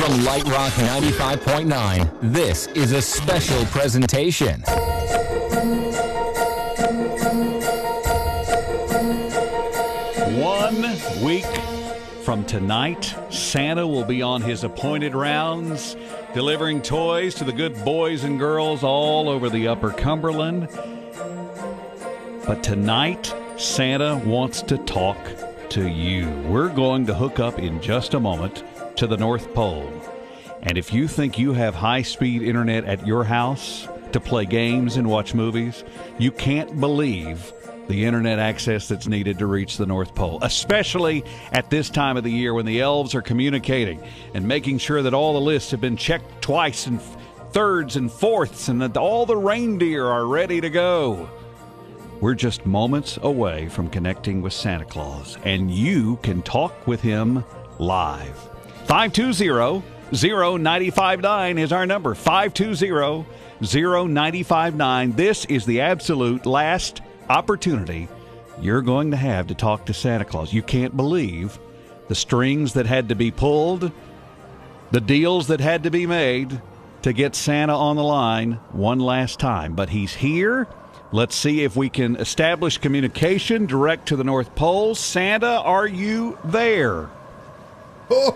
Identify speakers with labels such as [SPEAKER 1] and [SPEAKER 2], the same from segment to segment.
[SPEAKER 1] From Light Rock 95.9, this is a special presentation.
[SPEAKER 2] One week from tonight, Santa will be on his appointed rounds, delivering toys to the good boys and girls all over the Upper Cumberland. But tonight, Santa wants to talk to you. We're going to hook up in just a moment to the North Pole. And if you think you have high speed internet at your house to play games and watch movies, you can't believe the internet access that's needed to reach the North Pole, especially at this time of the year when the elves are communicating and making sure that all the lists have been checked twice and f- thirds and fourths and that all the reindeer are ready to go. We're just moments away from connecting with Santa Claus, and you can talk with him live. 520 0959 is our number. 520 0959. This is the absolute last opportunity you're going to have to talk to Santa Claus. You can't believe the strings that had to be pulled the deals that had to be made to get Santa on the line one last time. But he's here. Let's see if we can establish communication direct to the North Pole. Santa, are you there?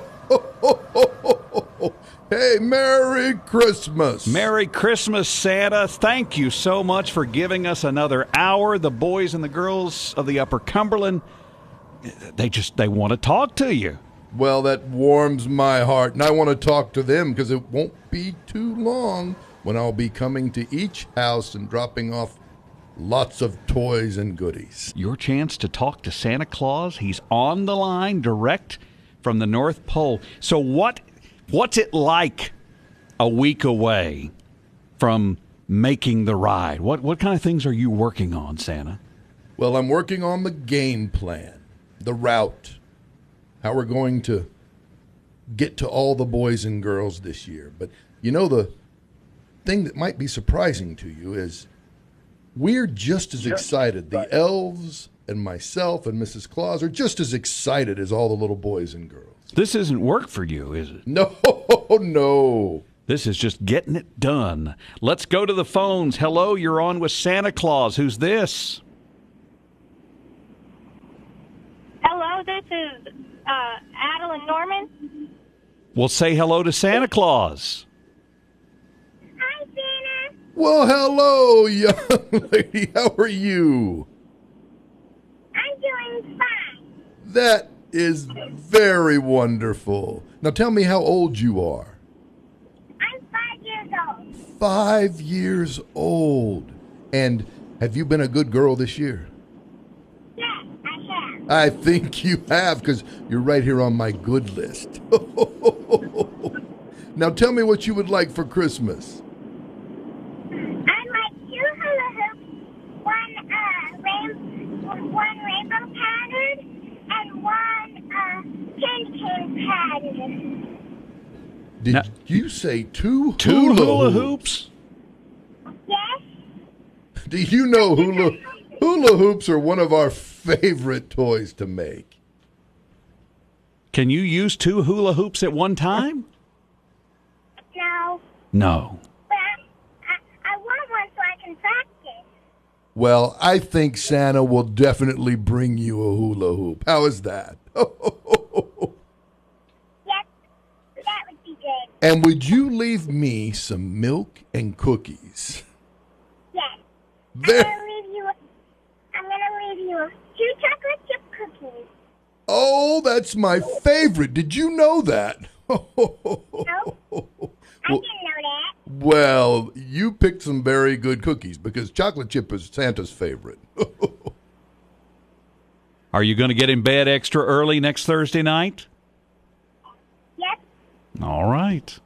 [SPEAKER 3] Hey, Merry Christmas.
[SPEAKER 2] Merry Christmas, Santa. Thank you so much for giving us another hour. The boys and the girls of the Upper Cumberland, they just they want to talk to you.
[SPEAKER 3] well, that warms my heart, and I want to talk to them because it won't be too long when I'll be coming to each house and dropping off lots of toys and goodies.
[SPEAKER 2] Your chance to talk to Santa Claus. He's on the line direct from the North Pole. So what what's it like a week away from making the ride? What what kind of things are you working on, Santa?
[SPEAKER 3] Well, I'm working on the game plan, the route, how we're going to get to all the boys and girls this year. But you know, the thing that might be surprising to you is we're just as excited. The elves and myself and Mrs. Claus are just as excited as all the little boys and girls.
[SPEAKER 2] This isn't work for you, is it?
[SPEAKER 3] No, no.
[SPEAKER 2] This is just getting it done. Let's go to the phones. Hello, you're on with Santa Claus. Who's this?
[SPEAKER 4] Hello, this is uh, Adeline Norman.
[SPEAKER 2] Well, say hello to Santa Claus.
[SPEAKER 4] Hi, Santa.
[SPEAKER 3] Well, hello, young lady. How are you?
[SPEAKER 4] I'm doing fine.
[SPEAKER 3] That is very wonderful. Now tell me how old you are.
[SPEAKER 4] I'm five years old.
[SPEAKER 3] Five years old. And have you been a good girl this year?
[SPEAKER 4] Yes, I have.
[SPEAKER 3] I think you have, because you're right here on my good list. now tell me what you would like for Christmas.
[SPEAKER 4] I'd like two hula hoops, one uh, ram- one rainbow pattern, and one uh, tin can pattern.
[SPEAKER 3] Did
[SPEAKER 2] Now-
[SPEAKER 3] you say two
[SPEAKER 2] Two hula hoops.
[SPEAKER 4] Yes.
[SPEAKER 3] Do you know hula hula hoops are one of our favorite toys to make?
[SPEAKER 2] Can you use two hula hoops at one time?
[SPEAKER 4] No.
[SPEAKER 2] No.
[SPEAKER 4] But I, I, I want one so I can practice.
[SPEAKER 3] Well, I think Santa will definitely bring you a hula hoop. How is that?
[SPEAKER 4] Yes. That would be good.
[SPEAKER 3] and would you leave me some milk and cookies?
[SPEAKER 4] Yes. I'm
[SPEAKER 3] There.
[SPEAKER 4] gonna leave you. I'm gonna leave you two chocolate chip cookies.
[SPEAKER 3] Oh, that's my favorite. Did you know that?
[SPEAKER 4] No, I
[SPEAKER 3] Well-
[SPEAKER 4] didn't know that.
[SPEAKER 3] well, you picked some very good cookies because chocolate chip is Santa's favorite.
[SPEAKER 2] Are you going to get in bed extra early next Thursday night?
[SPEAKER 4] Yes,
[SPEAKER 2] All right.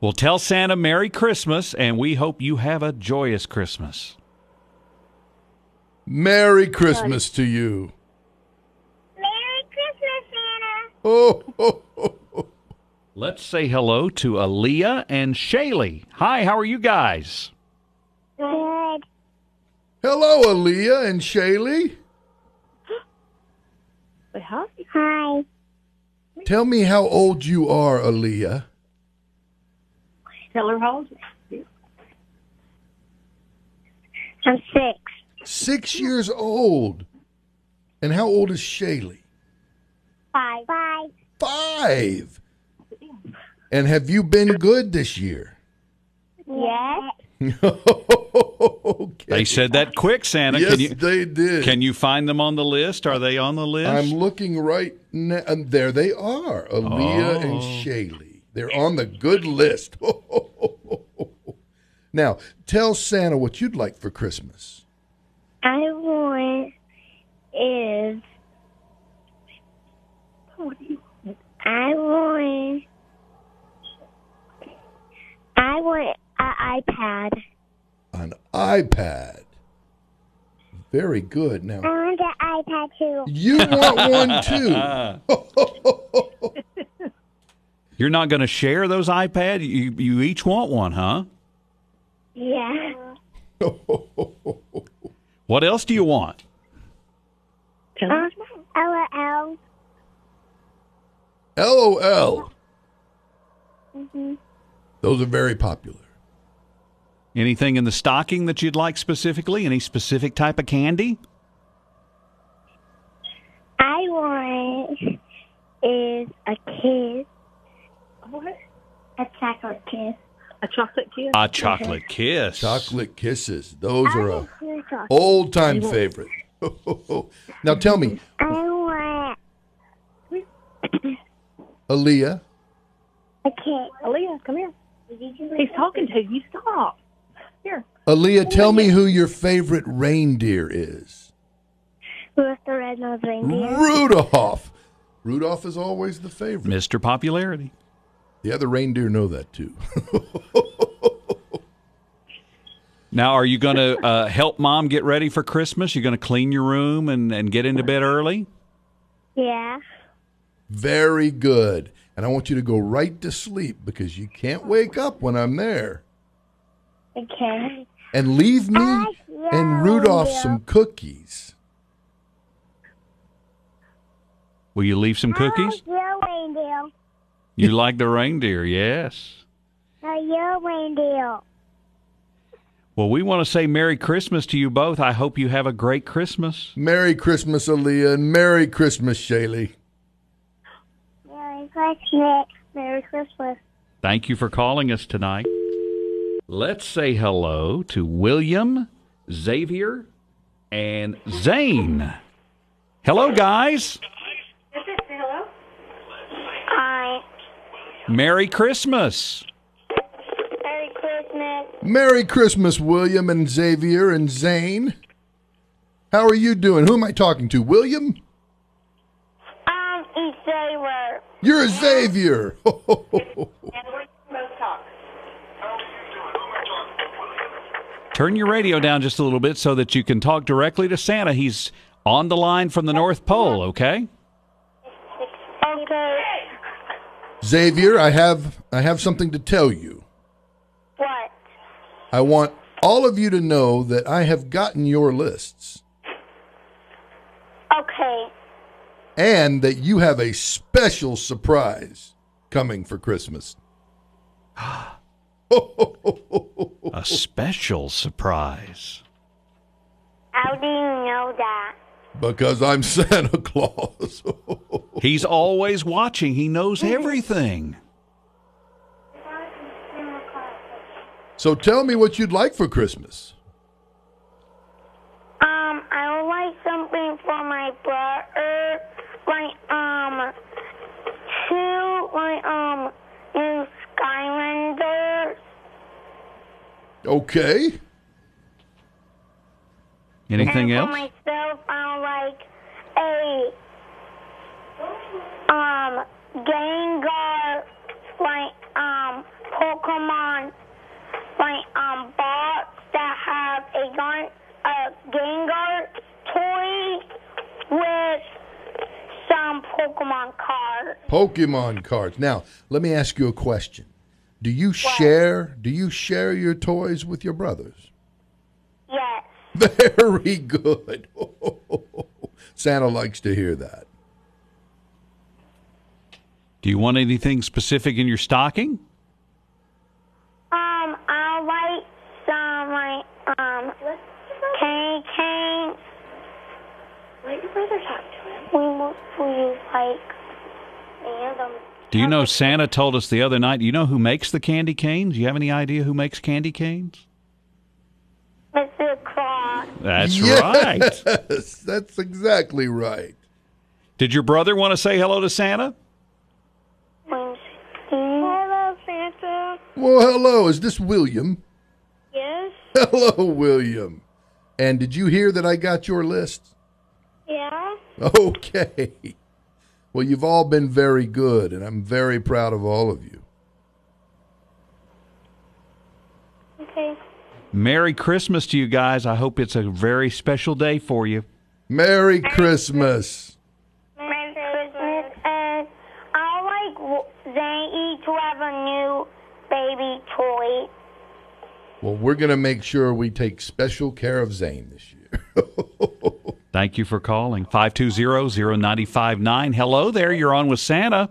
[SPEAKER 2] Well, tell Santa Merry Christmas, and we hope you have a joyous Christmas.
[SPEAKER 3] Merry Christmas to you.
[SPEAKER 4] Merry Christmas, Santa.
[SPEAKER 2] Let's say hello to Aaliyah and Shaylee. Hi, how are you guys?
[SPEAKER 4] Good.
[SPEAKER 3] Hello, Aaliyah and Shaylee.
[SPEAKER 4] Hi,
[SPEAKER 3] Tell me how old you are, Aaliyah.
[SPEAKER 5] Keller Halsey. Yeah.
[SPEAKER 4] I'm six.
[SPEAKER 3] Six years old. And how old is Shaylee?
[SPEAKER 4] Five. Five.
[SPEAKER 3] Five. And have you been good this year?
[SPEAKER 4] Yes.
[SPEAKER 3] okay.
[SPEAKER 2] They said that quick, Santa.
[SPEAKER 3] yes,
[SPEAKER 2] can you
[SPEAKER 3] they did.
[SPEAKER 2] can you find them on the list? Are they on the list?
[SPEAKER 3] I'm looking right now. And there they are, Aaliyah
[SPEAKER 2] Oh.
[SPEAKER 3] and Shaylee. They're on the good list. now, tell Santa what you'd like for Christmas.
[SPEAKER 4] I want is I want I want an iPad.
[SPEAKER 3] An iPad. Very good.
[SPEAKER 4] I
[SPEAKER 3] Now,
[SPEAKER 4] want an iPad too.
[SPEAKER 3] you want one too.
[SPEAKER 2] You're not going to share those iPad. You you each want one, huh?
[SPEAKER 4] Yeah.
[SPEAKER 2] What else do you want?
[SPEAKER 5] Keller.
[SPEAKER 4] Uh, LOL.
[SPEAKER 3] LOL. Those are very popular.
[SPEAKER 2] Anything in the stocking that you'd like specifically? Any specific type of candy?
[SPEAKER 4] I want is a kiss.
[SPEAKER 5] What?
[SPEAKER 4] A chocolate kiss.
[SPEAKER 5] A chocolate kid?
[SPEAKER 2] A chocolate kiss.
[SPEAKER 3] Chocolate kisses. Those are
[SPEAKER 4] Ah.
[SPEAKER 3] a
[SPEAKER 4] I
[SPEAKER 2] Oh.
[SPEAKER 3] old time favorite. now tell me,
[SPEAKER 4] want
[SPEAKER 3] Aaliyah,
[SPEAKER 4] a kiss.
[SPEAKER 5] Aaliyah, come here. He's talking to you. Stop. Here.
[SPEAKER 3] Aaliyah, tell me who your favorite reindeer is.
[SPEAKER 4] With the red nose reindeer.
[SPEAKER 3] Rudolph. Rudolph is always the favorite.
[SPEAKER 2] Mr. Popularity.
[SPEAKER 3] The other reindeer know that too.
[SPEAKER 2] Now, are you going to uh, help mom get ready for Christmas? You're going to clean your room and, and get into bed early? Hmm?
[SPEAKER 4] Yeah.
[SPEAKER 3] Very good. And I want you to go right to sleep because you can't wake up when I'm there.
[SPEAKER 4] Okay.
[SPEAKER 3] And leave me
[SPEAKER 4] I
[SPEAKER 3] and
[SPEAKER 4] love
[SPEAKER 3] Rudolph
[SPEAKER 4] you.
[SPEAKER 3] some cookies.
[SPEAKER 2] Will you leave some cookies?
[SPEAKER 4] Oh, Your reindeer.
[SPEAKER 2] You like the reindeer, yes.
[SPEAKER 4] Uh, your reindeer.
[SPEAKER 2] Well, we want to say Merry Christmas to you both. I hope you have a great Christmas.
[SPEAKER 3] Merry Christmas, Aaliyah, and Merry Christmas, Shaylee.
[SPEAKER 4] Merry Christmas. Merry Christmas.
[SPEAKER 2] Thank you for calling us tonight. Let's say hello to William, Xavier, and Zane. Hello, guys.
[SPEAKER 4] Hello? Hi.
[SPEAKER 2] Merry Christmas.
[SPEAKER 4] Merry Christmas.
[SPEAKER 3] Merry Christmas, William and Xavier and Zane. How are you doing? Who am I talking to? William?
[SPEAKER 4] I'm Xavier.
[SPEAKER 3] You're a Xavier.
[SPEAKER 2] Turn your radio down just a little bit so that you can talk directly to Santa. He's on the line from the North Pole, okay?
[SPEAKER 4] Okay.
[SPEAKER 3] Xavier, I have I have something to tell you.
[SPEAKER 4] What?
[SPEAKER 3] I want all of you to know that I have gotten your lists
[SPEAKER 4] Okay.
[SPEAKER 3] and that you have a special surprise coming for Christmas.
[SPEAKER 2] A special surprise.
[SPEAKER 4] How do you know that?
[SPEAKER 3] Because I'm Santa Claus.
[SPEAKER 2] He's always watching, he knows everything.
[SPEAKER 3] so tell me what you'd like for Christmas.
[SPEAKER 4] Um, I would like something for my brother, like um, two like um new Skylanders.
[SPEAKER 3] Okay.
[SPEAKER 2] Anything
[SPEAKER 4] and
[SPEAKER 2] else?
[SPEAKER 4] For myself, I would like a um Gengar, like um Pokemon, like um box that have a gun, a Gengar toy with some Pokemon cards.
[SPEAKER 3] Pokemon cards. Now, let me ask you a question. Do you share do you share your toys with your brothers?
[SPEAKER 4] Yes.
[SPEAKER 3] Very good. Santa likes to hear that.
[SPEAKER 2] Do you want anything specific in your stocking?
[SPEAKER 4] Um,
[SPEAKER 6] ever talked to him?
[SPEAKER 4] We want for you like random.
[SPEAKER 2] Do you know Santa told us the other night? You know who makes the candy canes? You have any idea who makes candy canes?
[SPEAKER 4] Mr. Claus.
[SPEAKER 2] That's
[SPEAKER 3] Yes.
[SPEAKER 2] right.
[SPEAKER 3] That's exactly right.
[SPEAKER 2] Did your brother want to say hello to Santa?
[SPEAKER 4] I'm Hello, Santa.
[SPEAKER 3] Well, hello. Is this William?
[SPEAKER 4] Yes.
[SPEAKER 3] Hello, William. And did you hear that I got your list?
[SPEAKER 4] Yeah.
[SPEAKER 3] Okay. Well, you've all been very good, and I'm very proud of all of you.
[SPEAKER 4] Okay.
[SPEAKER 2] Merry Christmas to you guys. I hope it's a very special day for you.
[SPEAKER 3] Merry Christmas.
[SPEAKER 4] Merry Christmas. And I like w- they each have a new baby toy.
[SPEAKER 3] Well, we're going to make sure we take special care of Zane this year.
[SPEAKER 2] Thank you for calling 520-0959. Hello there. You're on with Santa.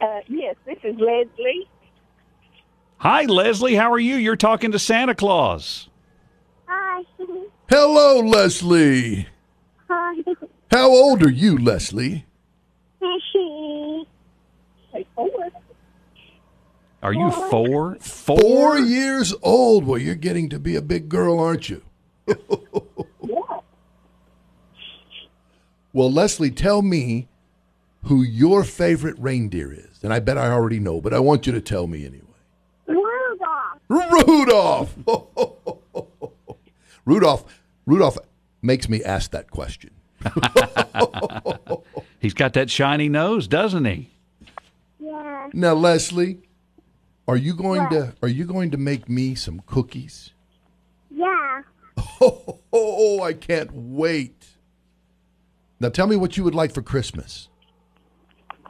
[SPEAKER 5] Uh, yes, this is Leslie.
[SPEAKER 2] Hi Leslie, how are you? You're talking to Santa Claus.
[SPEAKER 4] Hi.
[SPEAKER 3] Hello, Leslie.
[SPEAKER 4] Hi.
[SPEAKER 3] How old are you, Leslie?
[SPEAKER 5] Hey, Ford.
[SPEAKER 2] Are you four? Four?
[SPEAKER 3] Four years old. Well, you're getting to be a big girl, aren't you?
[SPEAKER 5] Yeah.
[SPEAKER 3] Well, Leslie, tell me who your favorite reindeer is. And I bet I already know, but I want you to tell me anyway.
[SPEAKER 4] Rudolph.
[SPEAKER 3] Rudolph. Rudolph. Rudolph makes me ask that question.
[SPEAKER 2] He's got that shiny nose, doesn't he?
[SPEAKER 4] Yeah.
[SPEAKER 3] Now, Leslie, are you going to are you going to make me some cookies?
[SPEAKER 4] Yeah.
[SPEAKER 3] Oh, I can't wait. Now, tell me what you would like for Christmas.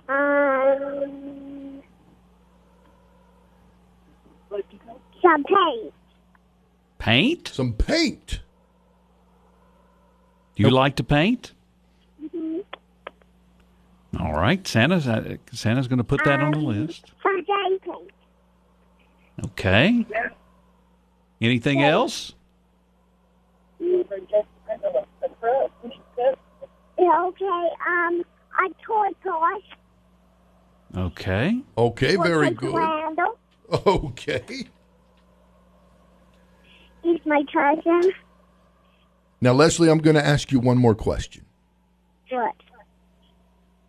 [SPEAKER 4] Um.
[SPEAKER 5] Let you go.
[SPEAKER 4] Some paint.
[SPEAKER 2] Paint?
[SPEAKER 3] Some paint.
[SPEAKER 2] Do you like to paint?
[SPEAKER 3] Mm-hmm.
[SPEAKER 2] All right, Santa's uh, Santa's going to put that on the list.
[SPEAKER 4] Some day paint.
[SPEAKER 2] Okay. Anything else?
[SPEAKER 5] You were just kind of a surprise. She said,
[SPEAKER 4] Yeah, okay. Um. A toy toy.
[SPEAKER 2] Okay.
[SPEAKER 3] Okay, very good.
[SPEAKER 4] Randall
[SPEAKER 3] Okay.
[SPEAKER 4] is my cousin.
[SPEAKER 3] Now, Leslie, I'm going to ask you one more question.
[SPEAKER 4] What?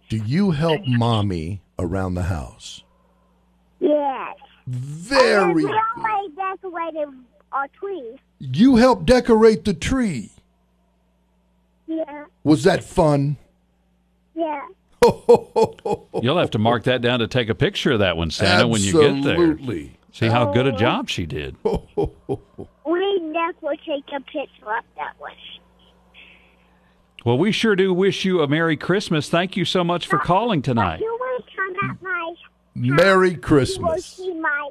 [SPEAKER 3] Do you help mommy around the house?
[SPEAKER 4] Yes.
[SPEAKER 3] Very
[SPEAKER 4] We
[SPEAKER 3] good.
[SPEAKER 4] always decorated our tree.
[SPEAKER 3] You helped decorate the tree.
[SPEAKER 4] Yeah.
[SPEAKER 3] Was that fun?
[SPEAKER 4] Yeah.
[SPEAKER 3] Oh.
[SPEAKER 2] You'll have to mark that down to take a picture of that one, Santa, when you get there.
[SPEAKER 3] Absolutely. Oh.
[SPEAKER 2] See how good a job she did.
[SPEAKER 4] We never take a picture of that one.
[SPEAKER 2] Well, we sure do wish you a Merry Christmas. Thank you so much for calling tonight.
[SPEAKER 4] You will come at my
[SPEAKER 3] Merry
[SPEAKER 4] you will
[SPEAKER 3] Christmas.
[SPEAKER 4] see my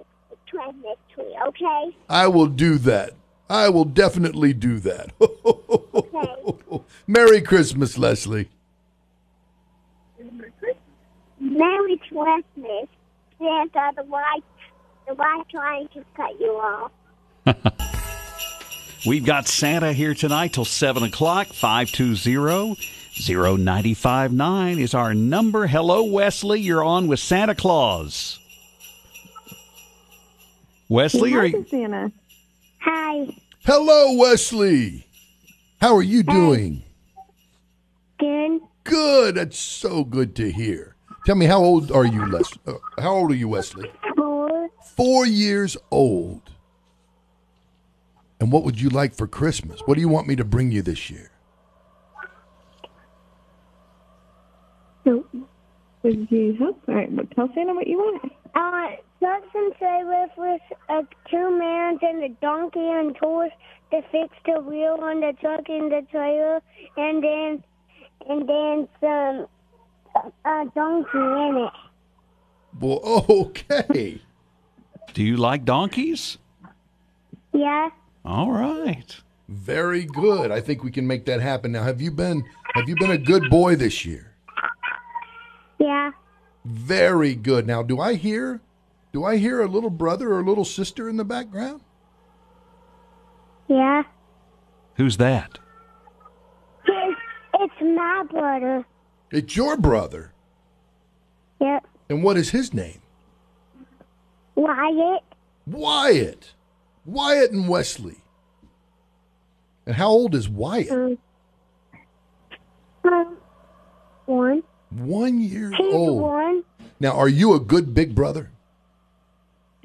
[SPEAKER 4] Christmas tree, okay?
[SPEAKER 3] I will do that. I will definitely do that. Merry Christmas, Leslie.
[SPEAKER 4] Merry Christmas. There's uh, the white the white trying to cut you off.
[SPEAKER 2] We've got Santa here tonight till 7 o'clock. 520-0959 is our number. Hello, Wesley. You're on with Santa Claus. Wesley, are you,
[SPEAKER 7] Santa.
[SPEAKER 4] Hi.
[SPEAKER 3] Hello, Wesley. How are you doing?
[SPEAKER 4] Good.
[SPEAKER 3] Good. That's so good to hear. Tell me, how old are you, Les? Uh, how old are you, Wesley?
[SPEAKER 4] Four.
[SPEAKER 3] Four years old. And what would you like for Christmas? What do you want me to bring you this year?
[SPEAKER 7] So, would you help? All right, well, tell Santa what you want.
[SPEAKER 4] Uh Substance I live with uh, two mans and a donkey and horse to fix the wheel on the truck and the trailer and then and then some uh, donkey in it.
[SPEAKER 3] Well, okay.
[SPEAKER 2] do you like donkeys?
[SPEAKER 4] Yeah.
[SPEAKER 2] All right.
[SPEAKER 3] Very good. I think we can make that happen. Now, have you been have you been a good boy this year?
[SPEAKER 4] Yeah.
[SPEAKER 3] Very good. Now, do I hear do I hear a little brother or a little sister in the background?
[SPEAKER 4] Yeah.
[SPEAKER 2] Who's that?
[SPEAKER 4] It's, it's It's my brother.
[SPEAKER 3] It's your brother.
[SPEAKER 4] Yep.
[SPEAKER 3] And what is his name?
[SPEAKER 4] Wyatt,
[SPEAKER 3] Wyatt. Wyatt and Wesley. And how old is Wyatt?
[SPEAKER 7] Mm.
[SPEAKER 4] um, one.
[SPEAKER 3] One year
[SPEAKER 4] He's
[SPEAKER 3] old.
[SPEAKER 4] one.
[SPEAKER 3] Now, are you a good big brother?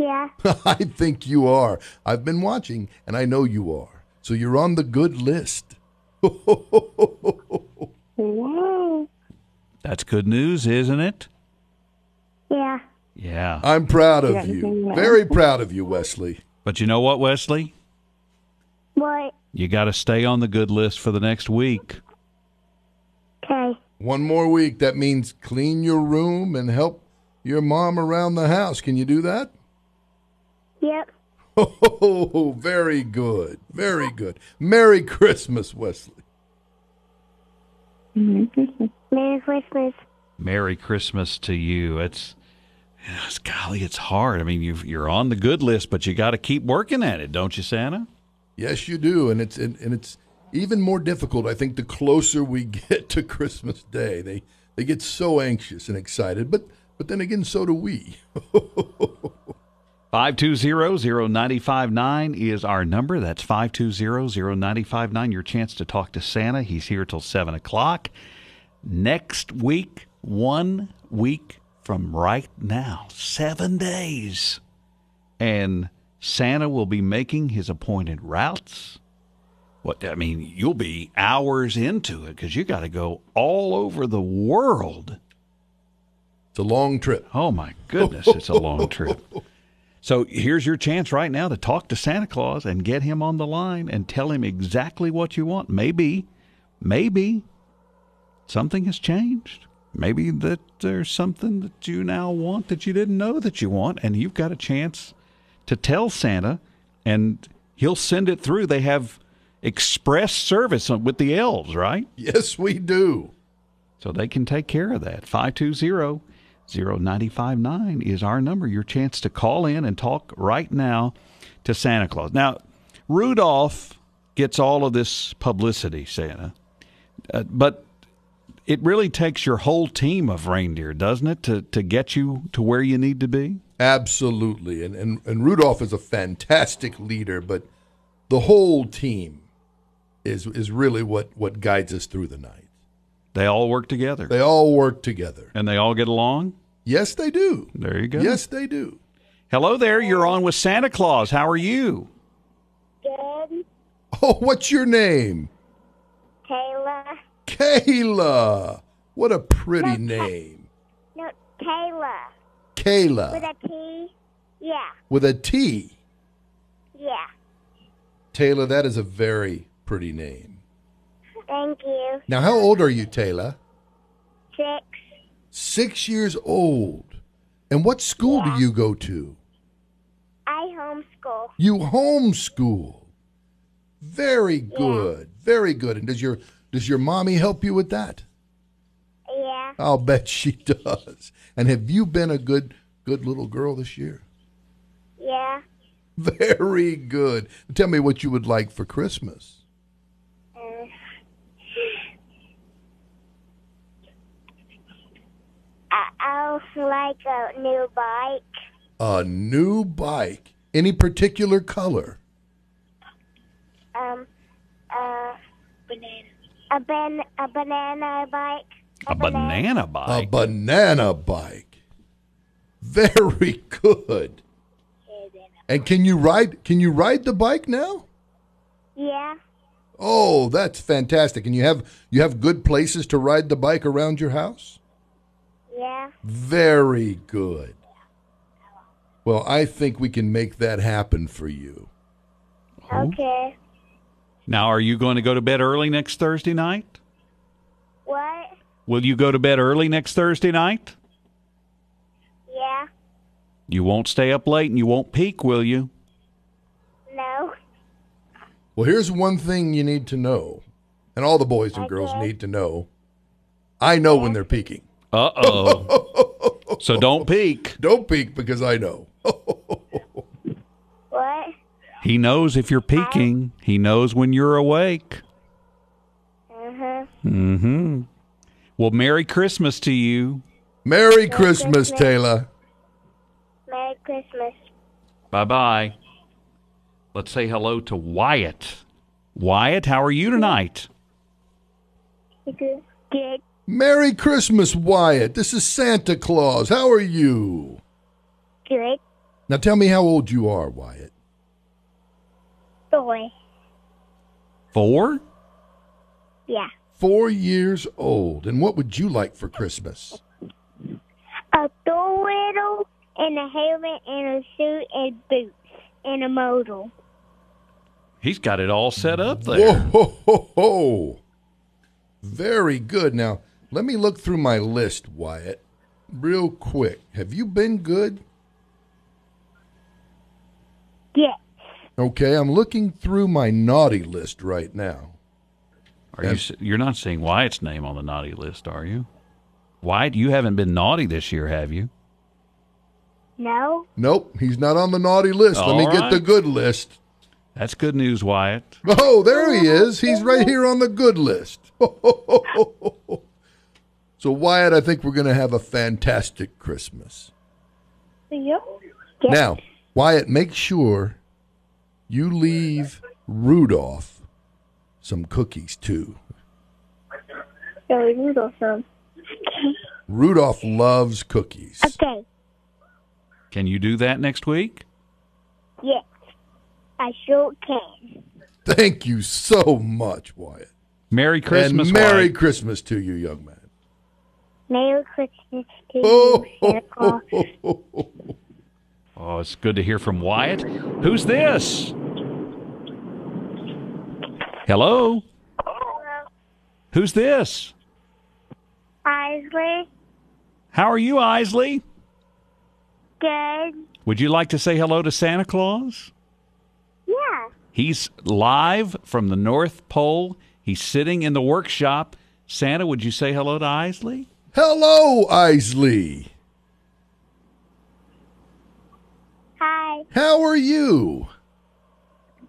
[SPEAKER 4] Yeah.
[SPEAKER 3] I think you are. I've been watching, and I know you are. So you're on the good list.
[SPEAKER 7] Whoa.
[SPEAKER 2] That's good news, isn't it?
[SPEAKER 4] Yeah.
[SPEAKER 2] Yeah.
[SPEAKER 3] I'm proud of
[SPEAKER 7] Yeah, you can
[SPEAKER 3] you.
[SPEAKER 7] laugh.
[SPEAKER 3] Very proud of you, Wesley.
[SPEAKER 2] But you know what, Wesley?
[SPEAKER 4] What?
[SPEAKER 2] You got to stay on the good list for the next week.
[SPEAKER 4] Okay.
[SPEAKER 3] One more week. That means clean your room and help your mom around the house. Can you do that?
[SPEAKER 4] Yep.
[SPEAKER 3] Oh, very good. Very good. Merry Christmas, Wesley.
[SPEAKER 7] Merry Christmas.
[SPEAKER 4] Merry Christmas.
[SPEAKER 2] Merry Christmas to you. It's, you know, it's golly, it's hard. I mean, you've, you're on the good list, but you got to keep working at it, don't you, Santa?
[SPEAKER 3] Yes, you do, and it's and, and it's even more difficult. I think the closer we get to Christmas Day, they they get so anxious and excited. But but then again, so do we.
[SPEAKER 2] 520-0959 is our number. That's 520-0959. Your chance to talk to Santa. He's here till 7 o'clock. Next week, one week from right now, seven days. And Santa will be making his appointed routes. What I mean, you'll be hours into it because you got to go all over the world.
[SPEAKER 3] It's a long trip.
[SPEAKER 2] Oh my goodness, it's a long trip. So here's your chance right now to talk to Santa Claus and get him on the line and tell him exactly what you want. Maybe, maybe something has changed. Maybe that there's something that you now want that you didn't know that you want, and you've got a chance to tell Santa, and he'll send it through. They have express service with the elves, right?
[SPEAKER 3] Yes, we do.
[SPEAKER 2] So they can take care of that. 520-0959 is our number. Your chance to call in and talk right now to Santa Claus. Now, Rudolph gets all of this publicity, Santa. Uh, but it really takes your whole team of reindeer, doesn't it, to, to get you to where you need to be?
[SPEAKER 3] Absolutely. And, and and Rudolph is a fantastic leader, but the whole team is is really what what guides us through the night.
[SPEAKER 2] They all work together.
[SPEAKER 3] They all work together.
[SPEAKER 2] and they all get along?
[SPEAKER 3] Yes, they do.
[SPEAKER 2] There you go.
[SPEAKER 3] Yes, they do.
[SPEAKER 2] Hello there. You're on with Santa Claus. How are you?
[SPEAKER 4] Good.
[SPEAKER 3] Oh, what's your name?
[SPEAKER 4] Kayla.
[SPEAKER 3] Kayla. What a pretty name.
[SPEAKER 4] No, Kayla. With
[SPEAKER 3] Kayla
[SPEAKER 4] a T? Yeah.
[SPEAKER 3] with a T.
[SPEAKER 4] Yeah.
[SPEAKER 3] Taylor, that is a very pretty name.
[SPEAKER 4] Thank you.
[SPEAKER 3] Now, how old are you, Taylor?
[SPEAKER 4] Six.
[SPEAKER 3] Six years old. And what school do you go to?
[SPEAKER 4] I homeschool.
[SPEAKER 3] You homeschool. Very good. Very good. And does your does your mommy help you with that?
[SPEAKER 4] Yeah.
[SPEAKER 3] I'll bet she does. And have you been a good good little girl this year?
[SPEAKER 4] Yeah.
[SPEAKER 3] Very good. Tell me what you would like for Christmas.
[SPEAKER 4] Uh, I, I would like a new bike.
[SPEAKER 3] A new bike. Any particular color?
[SPEAKER 4] Um, uh, banana. A ban a banana bike.
[SPEAKER 2] A banana bike.
[SPEAKER 3] A banana bike. Very good. And can you ride can you ride the bike now?
[SPEAKER 4] Yeah.
[SPEAKER 3] Oh, that's fantastic. And you have you have good places to ride the bike around your house?
[SPEAKER 4] Yeah.
[SPEAKER 3] Very good. Well, I think we can make that happen for you.
[SPEAKER 4] Okay.
[SPEAKER 2] Now, are you going to go to bed early next Thursday night?
[SPEAKER 4] What?
[SPEAKER 2] Will you go to bed early next Thursday night?
[SPEAKER 4] Yeah.
[SPEAKER 2] You won't stay up late and you won't peek, will you?
[SPEAKER 4] No.
[SPEAKER 3] Well, here's one thing you need to know, and all the boys and girls
[SPEAKER 4] Okay.
[SPEAKER 3] need to know. I know when they're peeking.
[SPEAKER 2] Uh oh. so don't peek.
[SPEAKER 3] Don't peek because I know.
[SPEAKER 4] What?
[SPEAKER 2] He knows if you're peeking, he knows when you're awake.
[SPEAKER 4] Uh huh.
[SPEAKER 2] Mm-hmm. Well, Merry Christmas to you.
[SPEAKER 3] Merry Christmas, Taylor.
[SPEAKER 4] Merry Christmas.
[SPEAKER 2] Bye bye. Let's say hello to Wyatt. Wyatt, how are you tonight?
[SPEAKER 4] Good.
[SPEAKER 3] Merry Christmas, Wyatt. This is Santa Claus. How are you?
[SPEAKER 4] Good
[SPEAKER 3] Now tell me how old you are, Wyatt.
[SPEAKER 4] boy.
[SPEAKER 2] Four?
[SPEAKER 4] Yeah.
[SPEAKER 3] Four years old. And what would you like for Christmas?
[SPEAKER 4] A thuriddle and a helmet and a suit and boots and a modal.
[SPEAKER 2] He's got it all set up there.
[SPEAKER 3] Whoa, ho, ho, ho. Very good. Now, let me look through my list, Wyatt, real quick. Have you been good?
[SPEAKER 4] Yes.
[SPEAKER 3] Okay, I'm looking through my naughty list right now.
[SPEAKER 2] Are you? s- You're not seeing Wyatt's name on the naughty list, are you? Wyatt, you haven't been naughty this year, have you?
[SPEAKER 4] No.
[SPEAKER 3] Nope, he's not on the naughty list. Let me
[SPEAKER 2] All
[SPEAKER 3] get the
[SPEAKER 2] right.
[SPEAKER 3] good list.
[SPEAKER 2] That's good news, Wyatt.
[SPEAKER 3] Oh, there he is. He's right here on the good list. so, Wyatt, I think we're going to have a fantastic Christmas.
[SPEAKER 4] Yep.
[SPEAKER 3] Now, Wyatt, make sure you leave Rudolph some cookies too.
[SPEAKER 4] Billy Rudolph some.
[SPEAKER 3] Rudolph loves cookies.
[SPEAKER 4] Okay.
[SPEAKER 2] Can you do that next week?
[SPEAKER 4] Yes. I sure can.
[SPEAKER 3] Thank you so much, Wyatt.
[SPEAKER 2] Merry Christmas,
[SPEAKER 3] and Merry
[SPEAKER 2] Wyatt.
[SPEAKER 3] Christmas to you, young man.
[SPEAKER 4] Merry Christmas to
[SPEAKER 3] Oh,
[SPEAKER 4] you, Santa Claus.
[SPEAKER 2] Oh, it's good to hear from Wyatt. Who's this? Hello. Who's this?
[SPEAKER 4] Isley,
[SPEAKER 2] How are you, Isley?
[SPEAKER 4] good.
[SPEAKER 2] Would you like to say hello to Santa Claus?
[SPEAKER 4] Yeah.
[SPEAKER 2] He's live from the North Pole. He's sitting in the workshop. Santa, would you say hello to Isley?
[SPEAKER 3] Hello, Isley.
[SPEAKER 4] Hi,
[SPEAKER 3] How are you?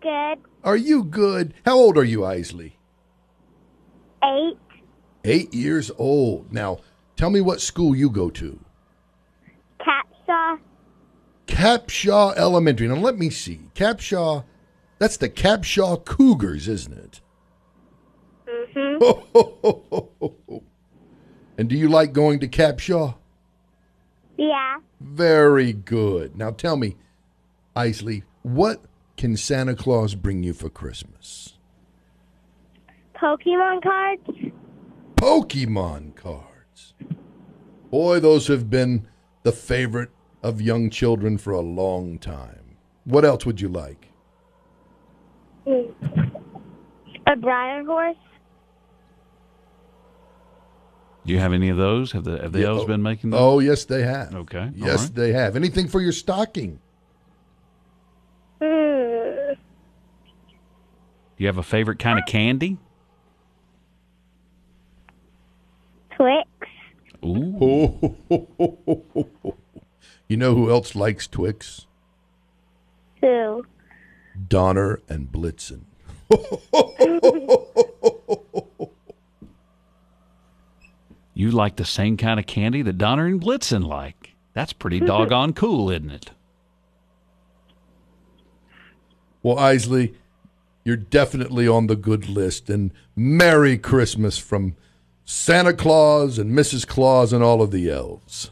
[SPEAKER 4] good.
[SPEAKER 3] Are you good? How old are you, Isley?
[SPEAKER 4] Eight,
[SPEAKER 3] Eight years old. Now, tell me what school you go to.
[SPEAKER 4] Capsaw,
[SPEAKER 3] Capshaw Elementary. Now, let me see. Capshaw, that's the Capshaw Cougars, isn't it? Mm-hmm. and do you like going to Capshaw?
[SPEAKER 4] yeah.
[SPEAKER 3] Very good. Now, tell me, Isley, what can Santa Claus bring you for Christmas?
[SPEAKER 4] Pokemon cards?
[SPEAKER 3] Pokemon cards. Boy, those have been the favorite of young children for a long time. What else would you like?
[SPEAKER 4] A Briar Horse?
[SPEAKER 2] Do you have any of those? Have the have the
[SPEAKER 3] Yeah,
[SPEAKER 2] elves
[SPEAKER 3] oh,
[SPEAKER 2] been making those?
[SPEAKER 3] Oh, yes, they have.
[SPEAKER 2] Okay, all
[SPEAKER 3] Yes,
[SPEAKER 2] right.
[SPEAKER 3] they have. Anything for your stocking?
[SPEAKER 4] Mm.
[SPEAKER 2] Do you have a favorite kind of candy?
[SPEAKER 4] Twix?
[SPEAKER 2] Ooh.
[SPEAKER 3] Oh, you know who else likes Twix?
[SPEAKER 4] Who?
[SPEAKER 3] Donner and Blitzen.
[SPEAKER 2] You like the same kind of candy that Donner and Blitzen like. That's pretty doggone cool, isn't it?
[SPEAKER 3] Well, Isley, you're definitely on the good list. And Merry Christmas from Santa Claus and Mrs. Claus and all of the elves.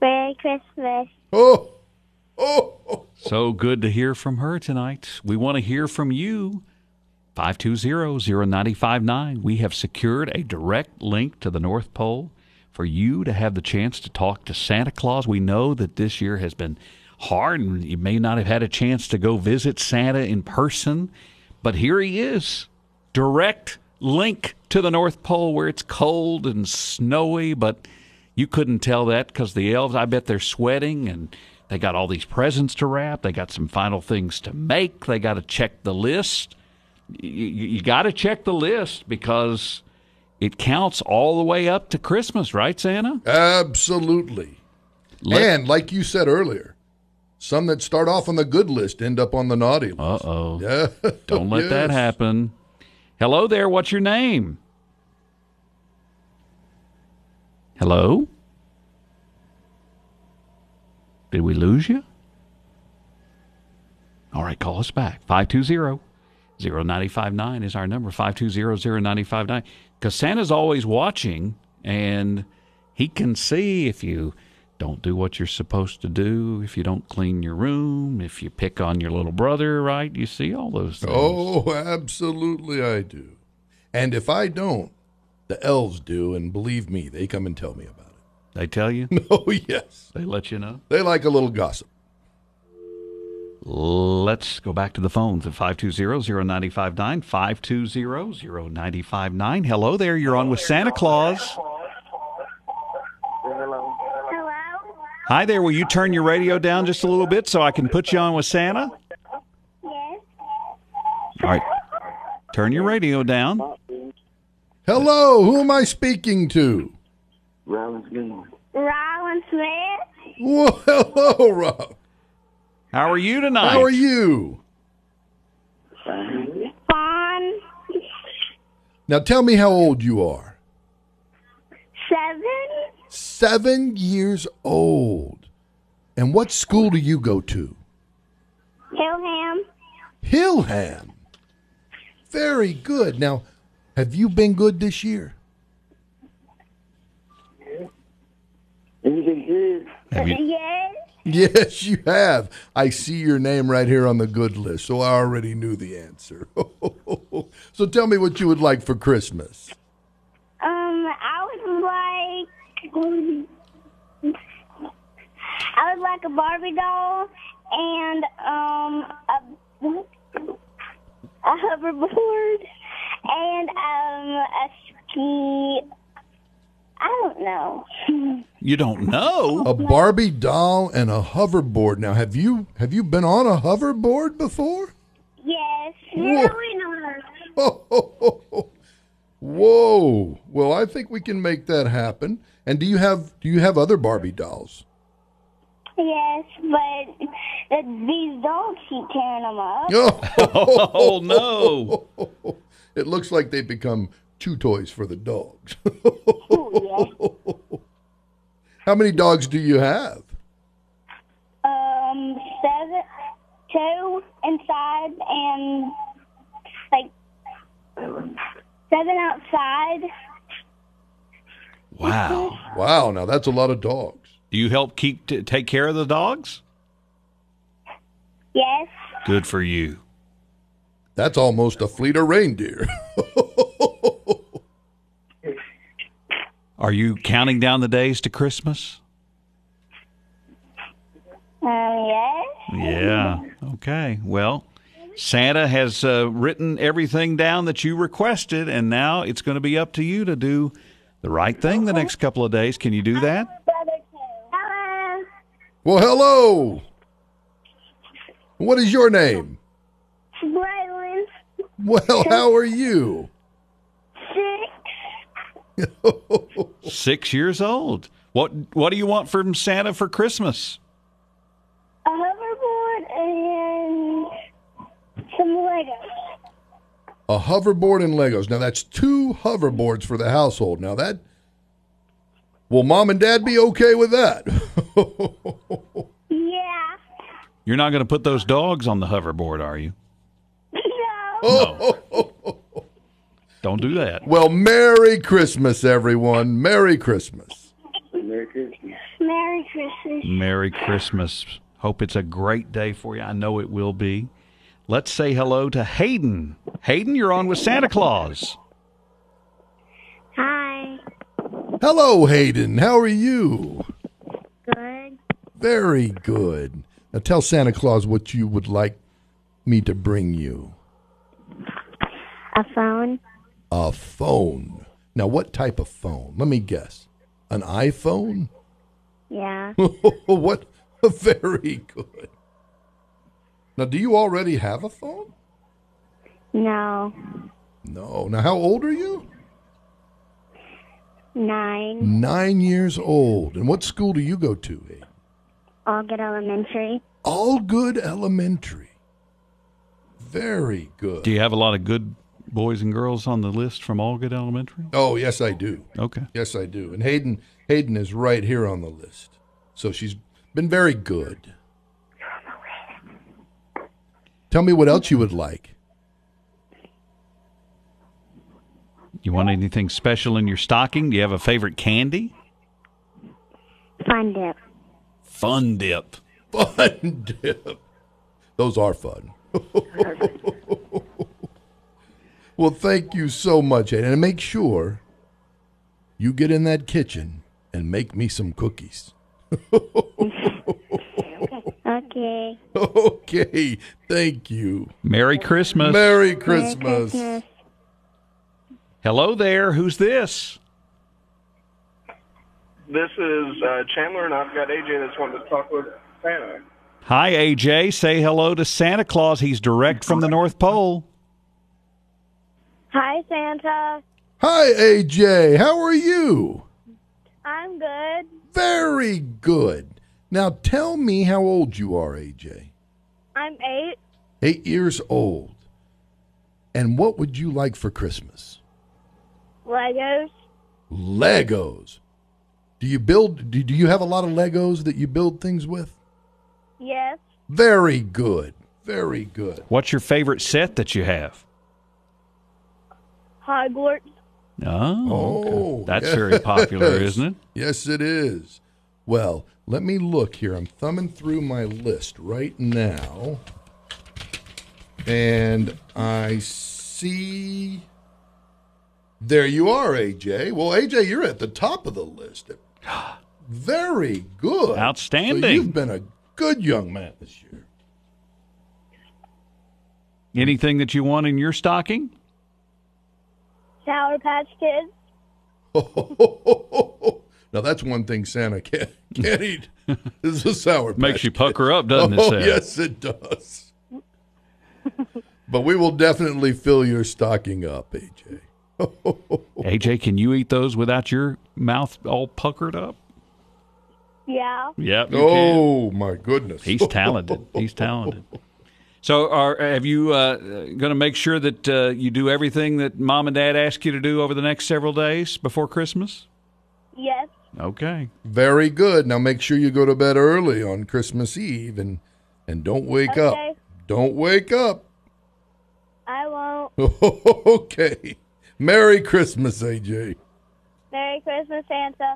[SPEAKER 4] Merry Christmas.
[SPEAKER 3] Oh, oh, oh.
[SPEAKER 2] So good to hear from her tonight. We want to hear from you. 520-0959. We have secured a direct link to the North Pole for you to have the chance to talk to Santa Claus. We know that this year has been hard and you may not have had a chance to go visit Santa in person, but here he is. Direct link to the North Pole where it's cold and snowy, but you couldn't tell that because the elves, I bet they're sweating and they got all these presents to wrap. They got some final things to make. They got to check the list. You, got to check the list because it counts all the way up to Christmas, right, Santa?
[SPEAKER 3] Absolutely. and like you said earlier, some that start off on the good list end up on the naughty list.
[SPEAKER 2] Uh oh.
[SPEAKER 3] Yeah.
[SPEAKER 2] Don't let that
[SPEAKER 3] Yes.
[SPEAKER 2] happen. Hello there. What's your name? Hello? Did we lose you? All right, call us back. 520 0959 is our number 520 0959. Because Santa's always watching and he can see if you don't do what you're supposed to do, if you don't clean your room, if you pick on your little brother, right? You see all those things.
[SPEAKER 3] Oh, absolutely, I do. And if I don't, the elves do, and believe me, they come and tell me about it.
[SPEAKER 2] They tell you,
[SPEAKER 3] Oh, yes.
[SPEAKER 2] they let you know.
[SPEAKER 3] They like a little gossip.
[SPEAKER 2] Let's go back to the phones at 520-0959, 520-0959. Hello there, you're on with Santa Claus.
[SPEAKER 4] Hello?
[SPEAKER 2] Hi there, will you turn your radio down just a little bit so I can put you on with Santa?
[SPEAKER 4] Yes.
[SPEAKER 2] All right. Turn your radio down.
[SPEAKER 3] Hello, who am I speaking to?
[SPEAKER 6] Rollins Green.
[SPEAKER 4] Rollins Smith?
[SPEAKER 3] Whoa, hello, Rob.
[SPEAKER 2] How are you tonight?
[SPEAKER 3] How are you?
[SPEAKER 6] Fine.
[SPEAKER 4] Fawn?
[SPEAKER 3] Now tell me how old you are.
[SPEAKER 4] Seven?
[SPEAKER 3] Seven years old. And what school do you go to?
[SPEAKER 4] Hillham?
[SPEAKER 3] Hillham. Very good. Now, have you been good this year?
[SPEAKER 6] You did good.
[SPEAKER 2] Have you-
[SPEAKER 4] Yes.
[SPEAKER 3] Yes, you have. I see your name right here on the good list, so I already knew the answer. so tell me what you would like for Christmas.
[SPEAKER 4] Um, I would like. I would like a Barbie doll and um a, a hoverboard and um a ski. I don't know.
[SPEAKER 2] you don't know?
[SPEAKER 3] A Barbie doll and a hoverboard. Now, have you have you been on a hoverboard before?
[SPEAKER 4] Yes.
[SPEAKER 3] Whoa. Whoa. Well, I think we can make that happen. And do you have do you have other Barbie dolls?
[SPEAKER 4] Yes, but the, these dolls keep tearing them up.
[SPEAKER 2] Oh, no.
[SPEAKER 3] It looks like they've become two toys for the dogs. How many dogs do you have?
[SPEAKER 4] Um, seven, two inside and like seven outside.
[SPEAKER 2] Wow.
[SPEAKER 3] Wow, now that's a lot of dogs.
[SPEAKER 2] Do you help keep t- take care of the dogs?
[SPEAKER 4] Yes.
[SPEAKER 2] Good for you.
[SPEAKER 3] That's almost a fleet of reindeer.
[SPEAKER 2] Are you counting down the days to Christmas?
[SPEAKER 4] Um, yes.
[SPEAKER 2] Yeah. Okay. Well, Santa has uh, written everything down that you requested, and now it's going to be up to you to do the right thing the next couple of days. Can you do that?
[SPEAKER 4] Brother two. Hello.
[SPEAKER 3] well, hello. What is your name?
[SPEAKER 4] Uh, Braylon.
[SPEAKER 3] Well, how are you?
[SPEAKER 4] Six.
[SPEAKER 2] Six years old. What What do you want from Santa for Christmas?
[SPEAKER 4] A hoverboard and some Legos.
[SPEAKER 3] A hoverboard and Legos. Now that's two hoverboards for the household. Now that will mom and dad be okay with that?
[SPEAKER 4] Yeah.
[SPEAKER 2] You're not going to put those dogs on the hoverboard, are you?
[SPEAKER 4] No.
[SPEAKER 3] Oh.
[SPEAKER 2] No. Don't do that.
[SPEAKER 3] well, Merry Christmas, everyone. Merry Christmas.
[SPEAKER 6] Merry Christmas.
[SPEAKER 4] Merry Christmas.
[SPEAKER 2] Merry Christmas. Hope it's a great day for you. I know it will be. Let's say hello to Hayden. Hayden, you're on with Santa Claus.
[SPEAKER 4] Hi.
[SPEAKER 3] Hello, Hayden. How are you?
[SPEAKER 4] Good.
[SPEAKER 3] Very good. Now tell Santa Claus what you would like me to bring you.
[SPEAKER 4] A phone.
[SPEAKER 3] A phone. Now, what type of phone? Let me guess. An iPhone?
[SPEAKER 4] Yeah.
[SPEAKER 3] what? Very good. Now, do you already have a phone?
[SPEAKER 4] No.
[SPEAKER 3] No. Now, how old are you?
[SPEAKER 4] Nine.
[SPEAKER 3] Nine years old. And what school do you go to? Abe?
[SPEAKER 4] All good elementary.
[SPEAKER 3] All good elementary. Very good.
[SPEAKER 2] Do you have a lot of good boys and girls on the list from Allgood Elementary?
[SPEAKER 3] Oh, yes, I do.
[SPEAKER 2] Okay.
[SPEAKER 3] Yes, I do. And Hayden Hayden is right here on the list. So she's been very good. Tell me what else you would like.
[SPEAKER 2] You want anything special in your stocking? Do you have a favorite candy?
[SPEAKER 4] Find it.
[SPEAKER 2] Fun dip.
[SPEAKER 3] Fun dip. Those are fun. well, thank you so much, Hayden. And make sure you get in that kitchen and make me some cookies.
[SPEAKER 4] Okay.
[SPEAKER 3] Okay. Thank you.
[SPEAKER 2] Merry Christmas.
[SPEAKER 3] Merry Christmas.
[SPEAKER 2] Hello there. Who's this?
[SPEAKER 8] This is uh, Chandler, and I've got AJ that's wanting to talk with Santa.
[SPEAKER 2] Hi, AJ. Say hello to Santa Claus. He's direct from the North Pole.
[SPEAKER 4] Hi, Santa.
[SPEAKER 3] Hi, AJ. How are you?
[SPEAKER 4] I'm good.
[SPEAKER 3] Very good. Now tell me how old you are, AJ.
[SPEAKER 4] I'm eight.
[SPEAKER 3] Eight years old. And what would you like for Christmas?
[SPEAKER 4] Legos.
[SPEAKER 3] Legos. Do you build do, do you have a lot of Legos that you build things with?
[SPEAKER 4] Yes.
[SPEAKER 3] Very good. Very good.
[SPEAKER 2] What's your favorite set that you have?
[SPEAKER 4] Hogwarts.
[SPEAKER 2] Oh, okay.
[SPEAKER 3] Oh,
[SPEAKER 2] that's
[SPEAKER 3] yes.
[SPEAKER 2] very popular, isn't it?
[SPEAKER 3] Yes, it is. Well, let me look here. I'm thumbing through my list right now. And I see. There you are, AJ. Well, AJ, you're at the top of the list. Very good.
[SPEAKER 2] Outstanding.
[SPEAKER 3] So you've been a good young man this year.
[SPEAKER 2] Anything that you want in your stocking?
[SPEAKER 4] Sour Patch Kids.
[SPEAKER 3] now, that's one thing Santa can't, can't eat is a sour
[SPEAKER 2] Makes
[SPEAKER 3] Patch
[SPEAKER 2] you pucker up, doesn't it?
[SPEAKER 3] oh,
[SPEAKER 2] Seth?
[SPEAKER 3] yes, it does. but we will definitely fill your stocking up, AJ.
[SPEAKER 2] AJ, can you eat those without your mouth all puckered up?
[SPEAKER 4] Yeah.
[SPEAKER 2] Yep. you can.
[SPEAKER 3] oh my goodness,
[SPEAKER 2] He's talented. He's talented. So, are have you uh, going to make sure that uh, you do everything that mom and dad ask you to do over the next several days before Christmas?
[SPEAKER 4] Yes.
[SPEAKER 2] Okay.
[SPEAKER 3] Very good. Now make sure you go to bed early on Christmas Eve and and don't wake
[SPEAKER 4] Okay.
[SPEAKER 3] up. Don't wake up.
[SPEAKER 4] I won't.
[SPEAKER 3] okay. Merry Christmas, AJ.
[SPEAKER 4] Merry Christmas, Santa.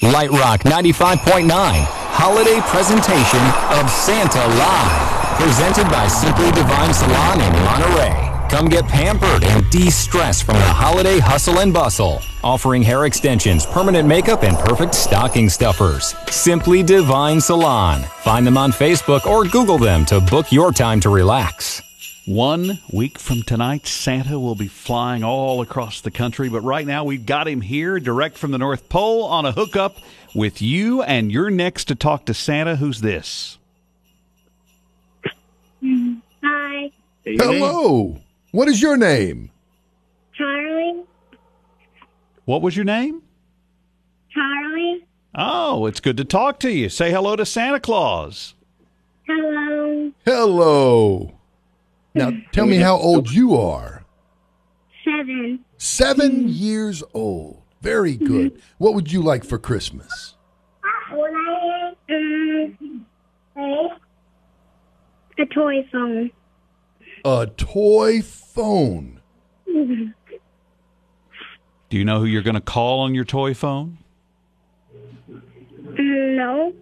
[SPEAKER 1] Light Rock 95.9, holiday presentation of Santa Live, presented by Simply Divine Salon in Monterey. Come get pampered and de-stress from the holiday hustle and bustle, offering hair extensions, permanent makeup, and perfect stocking stuffers. Simply Divine Salon. Find them on Facebook or Google them to book your time to relax.
[SPEAKER 2] One week from tonight, Santa will be flying all across the country, but right now we've got him here direct from the North Pole on a hookup with you, and you're next to talk to Santa. Who's this?
[SPEAKER 4] Hi,
[SPEAKER 3] Hello. What is your name?
[SPEAKER 4] Charlie.
[SPEAKER 2] What was your name?
[SPEAKER 4] Charlie.
[SPEAKER 2] Oh, it's good to talk to you. Say hello to Santa Claus.
[SPEAKER 4] Hello,
[SPEAKER 3] Hello. Now tell me how old you are.
[SPEAKER 4] seven.
[SPEAKER 3] Seven years old. Very good. What would you like for Christmas?
[SPEAKER 4] Um, a toy phone.
[SPEAKER 3] A toy phone.
[SPEAKER 2] Do you know who you're going to call on your toy phone?
[SPEAKER 4] No.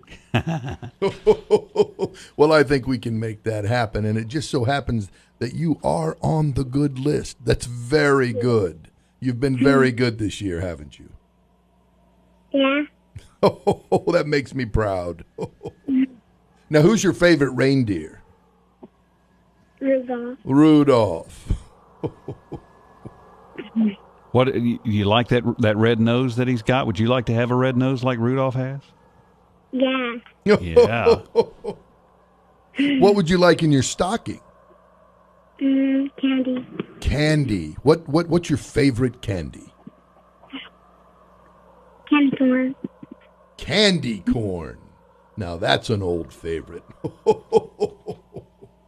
[SPEAKER 3] well, I think we can make that happen. And it just so happens that you are on the good list. That's very good. You've been very good this year, haven't you?
[SPEAKER 4] Yeah.
[SPEAKER 3] Oh, that makes me proud. now, who's your favorite reindeer?
[SPEAKER 4] Rudolph.
[SPEAKER 3] Rudolph.
[SPEAKER 2] What you, you like that that red nose that he's got? Would you like to have a red nose like Rudolph has?
[SPEAKER 4] Yeah.
[SPEAKER 2] Yeah.
[SPEAKER 3] What would you like in your stocking?
[SPEAKER 4] Mm, candy.
[SPEAKER 3] Candy. What what what's your favorite candy?
[SPEAKER 4] Candy corn.
[SPEAKER 3] Candy corn. Now that's an old favorite.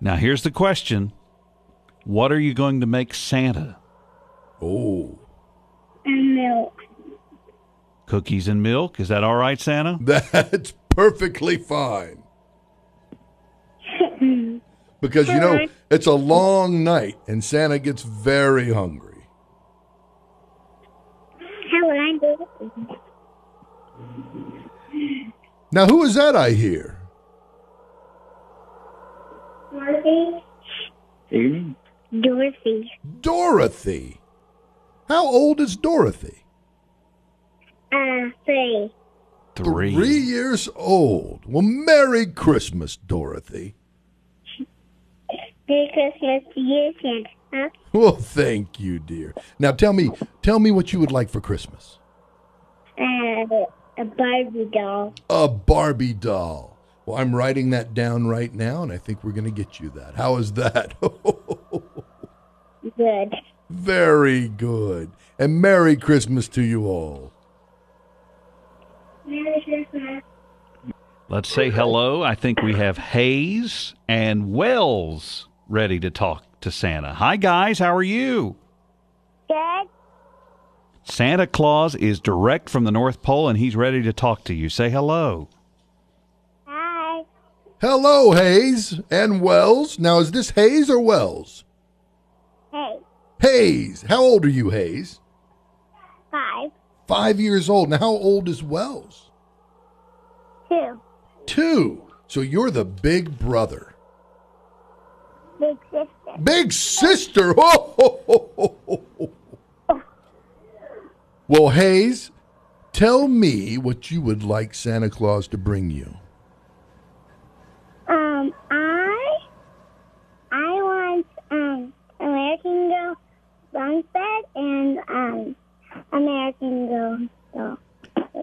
[SPEAKER 2] now here's the question: What are you going to make Santa?
[SPEAKER 3] Oh,
[SPEAKER 4] and milk.
[SPEAKER 2] Cookies and milk? Is that all right, Santa?
[SPEAKER 3] that's perfectly fine. Because, you know,
[SPEAKER 4] Alright.
[SPEAKER 3] it's a long night and Santa gets very hungry.
[SPEAKER 4] How would I do it?
[SPEAKER 3] Now, who is that I hear?
[SPEAKER 4] Dorothy?
[SPEAKER 6] Evening?
[SPEAKER 4] Dorothy.
[SPEAKER 3] Dorothy. How old is Dorothy?
[SPEAKER 4] Uh, three.
[SPEAKER 3] Three years old. Well, Merry Christmas, Dorothy.
[SPEAKER 4] Merry Christmas to you, Santa. Huh?
[SPEAKER 3] Well, thank you, dear. Now tell me, tell me what you would like for Christmas.
[SPEAKER 4] Uh, a Barbie doll.
[SPEAKER 3] A Barbie doll. Well, I'm writing that down right now, and I think we're going to get you that. How is that?
[SPEAKER 4] Good.
[SPEAKER 3] Very good. And Merry Christmas to you all.
[SPEAKER 4] Merry Christmas.
[SPEAKER 2] Let's say hello. I think we have Hayes and Wells ready to talk to Santa. Hi, guys. How are you?
[SPEAKER 4] Good.
[SPEAKER 2] Santa Claus is direct from the North Pole and he's ready to talk to you. Say hello.
[SPEAKER 4] Hi.
[SPEAKER 3] Hello, Hayes and Wells. Now, is this Hayes or Wells?
[SPEAKER 4] Hey.
[SPEAKER 3] Hayes. How old are you, Hayes?
[SPEAKER 4] Five.
[SPEAKER 3] Five years old. Now, how old is Wells?
[SPEAKER 4] Two.
[SPEAKER 3] Two. So you're the big brother.
[SPEAKER 4] Big sister.
[SPEAKER 3] Big sister. Ho, ho, ho, ho, ho, ho. Well, Hayes, tell me what you would like Santa Claus to bring you.
[SPEAKER 4] Um, I, I want um American Girl bunk bed and um American Girl doll.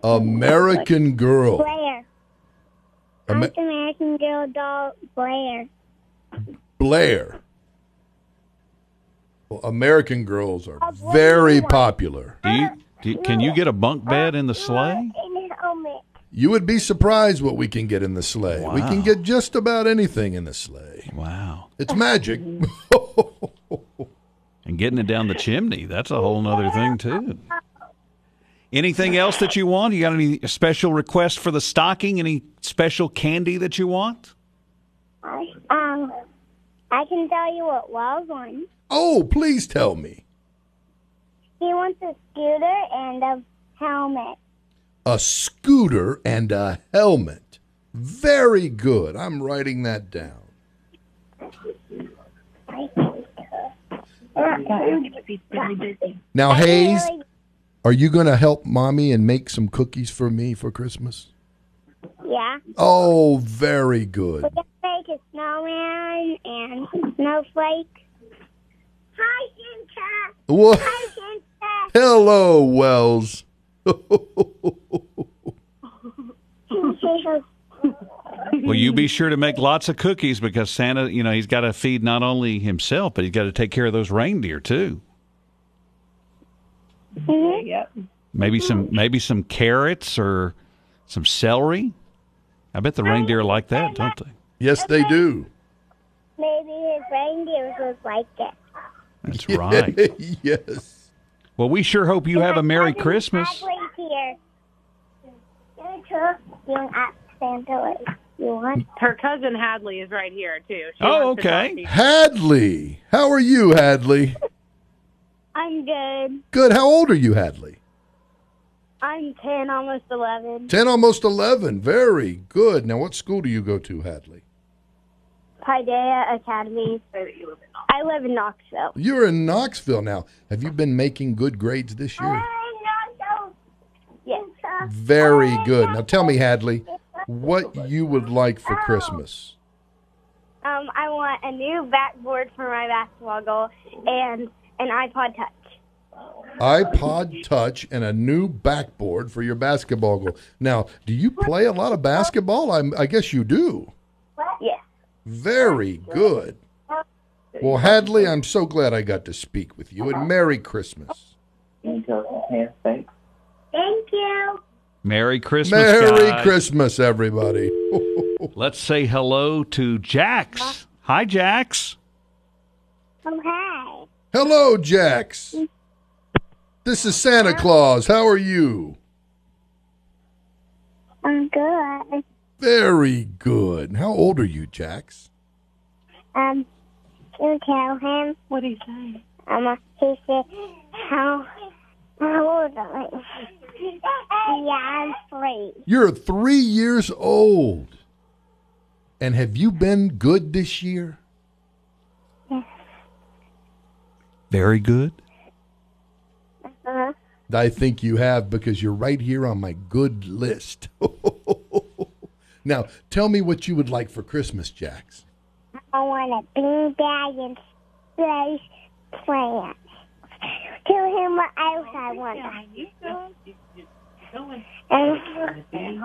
[SPEAKER 3] American Girl.
[SPEAKER 4] Blair. I
[SPEAKER 3] Ama-
[SPEAKER 4] want American Girl doll Blair.
[SPEAKER 3] Blair. Well, American girls are very popular.
[SPEAKER 2] Do you, do, can you get a bunk bed in the sleigh?
[SPEAKER 4] In a helmet.
[SPEAKER 3] You would be surprised what we can get in the sleigh. We can
[SPEAKER 2] Wow.
[SPEAKER 3] get just about anything in the sleigh.
[SPEAKER 2] Wow.
[SPEAKER 3] It's magic.
[SPEAKER 2] And getting it down the chimney, that's a whole nother thing, too. Anything else that you want? You got any special requests for the stocking? Any special candy that you want?
[SPEAKER 4] I, um, I can tell you what Wells wants.
[SPEAKER 3] oh, please tell me.
[SPEAKER 4] He wants a scooter and a helmet.
[SPEAKER 3] A scooter and a helmet. Very good. I'm writing that down. Now, Hayes,
[SPEAKER 4] Really,
[SPEAKER 3] are you going to help mommy and make some cookies for me for Christmas?
[SPEAKER 4] yeah.
[SPEAKER 3] Oh, very good.
[SPEAKER 4] We're gonna make a snowman and snowflake. Hi, Santa.
[SPEAKER 3] What?
[SPEAKER 4] Hi, Santa.
[SPEAKER 3] Hello, Wells.
[SPEAKER 2] Well, you be sure to make lots of cookies because Santa, you know, he's got to feed not only himself, but he's got to take care of those reindeer too.
[SPEAKER 7] Yep.
[SPEAKER 2] Maybe some maybe some carrots or some celery. I bet the reindeer like that, don't they?
[SPEAKER 3] Yes, they do.
[SPEAKER 4] Maybe his reindeer would like it.
[SPEAKER 2] That's right.
[SPEAKER 3] yes.
[SPEAKER 2] Well, we sure hope you have a Merry
[SPEAKER 4] Cousin
[SPEAKER 2] Christmas.
[SPEAKER 4] Hadley's here. Go to- You want ask Santa what you want?
[SPEAKER 5] Her cousin Hadley is right here too. She
[SPEAKER 2] Oh,
[SPEAKER 5] wants to
[SPEAKER 2] okay.
[SPEAKER 5] talk to you.
[SPEAKER 3] Hadley, how are you, Hadley?
[SPEAKER 4] I'm good.
[SPEAKER 3] Good. How old are you, Hadley?
[SPEAKER 4] I'm ten, almost eleven.
[SPEAKER 3] 10, almost 11. Very good. Now, what school do you go to, Hadley?
[SPEAKER 4] Paideia Academy. I live in Knoxville.
[SPEAKER 3] You're in Knoxville now. Have you been making good grades this year?
[SPEAKER 4] Yes.
[SPEAKER 3] Very good. Now, tell me, Hadley, what you would like for Christmas.
[SPEAKER 4] Um, I want a new backboard for my basketball goal and an iPod Touch.
[SPEAKER 3] iPod Touch and a new backboard for your basketball goal. Now, do you play a lot of basketball? I, I guess you do.
[SPEAKER 4] Yes.
[SPEAKER 3] Very good. Well, Hadley, I'm so glad I got to speak with you, and Merry Christmas.
[SPEAKER 6] Can you tell us some handshake?
[SPEAKER 4] Thank you.
[SPEAKER 2] Merry Christmas.
[SPEAKER 3] Merry
[SPEAKER 2] guys.
[SPEAKER 3] Christmas, everybody.
[SPEAKER 2] Let's say hello to Jax. Hi, Jax.
[SPEAKER 4] Oh, hi.
[SPEAKER 3] Hello, Jax. This is Santa Claus. How are you?
[SPEAKER 4] I'm good.
[SPEAKER 3] Very good. How old are you, Jax?
[SPEAKER 4] Um, you tell him.
[SPEAKER 9] What do you say?
[SPEAKER 4] Um, uh, he said, how, how old are you? Yeah, I'm three.
[SPEAKER 3] You're three years old. And have you been good this year?
[SPEAKER 2] Very good.
[SPEAKER 4] Uh-huh.
[SPEAKER 3] I think you have because you're right here on my good list. now, tell me what you would like for Christmas, Jax.
[SPEAKER 4] I want a beanbag and space plant. Tell him what else I want. And, and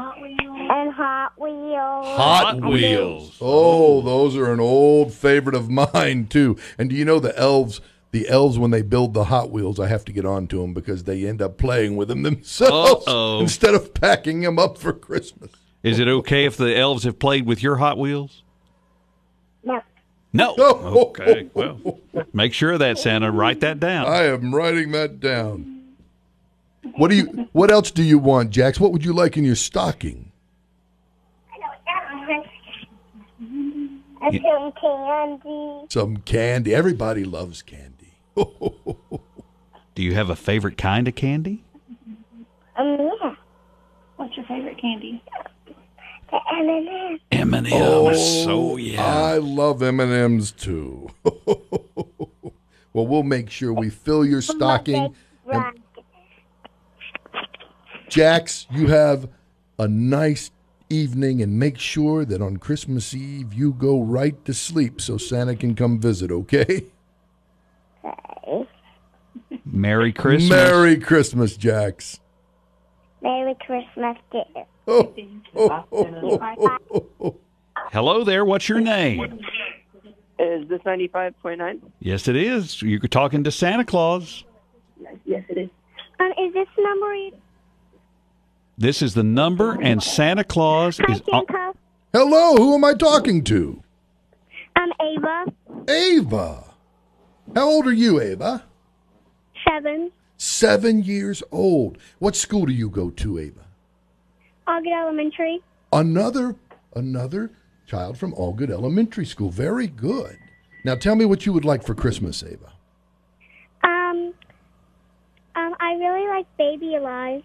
[SPEAKER 4] Hot Wheels.
[SPEAKER 2] Hot Wheels.
[SPEAKER 3] Oh, those are an old favorite of mine too. And do you know the elves? The elves, when they build the Hot Wheels, I have to get on to them because they end up playing with them themselves
[SPEAKER 2] Uh-oh.
[SPEAKER 3] instead of packing them up for Christmas.
[SPEAKER 2] Is it okay if the elves have played with your Hot Wheels?
[SPEAKER 4] No.
[SPEAKER 2] No.
[SPEAKER 3] No.
[SPEAKER 2] Okay. Well, make sure of that Santa. Write that down.
[SPEAKER 3] I am writing that down. What do you? What else do you want, Jax? What would you like in your stocking?
[SPEAKER 4] And some candy.
[SPEAKER 3] Some candy. Everybody loves candy. Oh,
[SPEAKER 2] Do you have a favorite kind of candy?
[SPEAKER 4] Um, yeah.
[SPEAKER 9] What's your favorite candy?
[SPEAKER 4] The M&M's.
[SPEAKER 2] M and M's.
[SPEAKER 3] I love M and M's too. well, we'll make sure we fill your stocking. and-
[SPEAKER 4] Right.
[SPEAKER 3] Jax, you have a nice evening and make sure that on Christmas Eve you go right to sleep so Santa can come visit, okay?
[SPEAKER 2] Merry Christmas.
[SPEAKER 3] Merry Christmas, Jax.
[SPEAKER 4] Merry Christmas, too.
[SPEAKER 2] Hello there. What's your name?
[SPEAKER 5] Is this 95.9?
[SPEAKER 2] Yes, it is. You're talking to Santa Claus.
[SPEAKER 5] Yes, it is.
[SPEAKER 4] Um, is this number you...
[SPEAKER 2] This is the number, and Santa Claus
[SPEAKER 4] I
[SPEAKER 2] is. on-
[SPEAKER 4] can't call.
[SPEAKER 3] Hello, who am I talking to?
[SPEAKER 4] I'm Um, Ava,
[SPEAKER 3] Ava. How old are you, Ava?
[SPEAKER 4] seven.
[SPEAKER 3] Seven years old. What school do you go to, Ava?
[SPEAKER 4] Augie Elementary.
[SPEAKER 3] another another child from Allgood Elementary School. Very good. Now tell me what you would like for Christmas, Ava.
[SPEAKER 4] Um, um, I really like Baby Alive.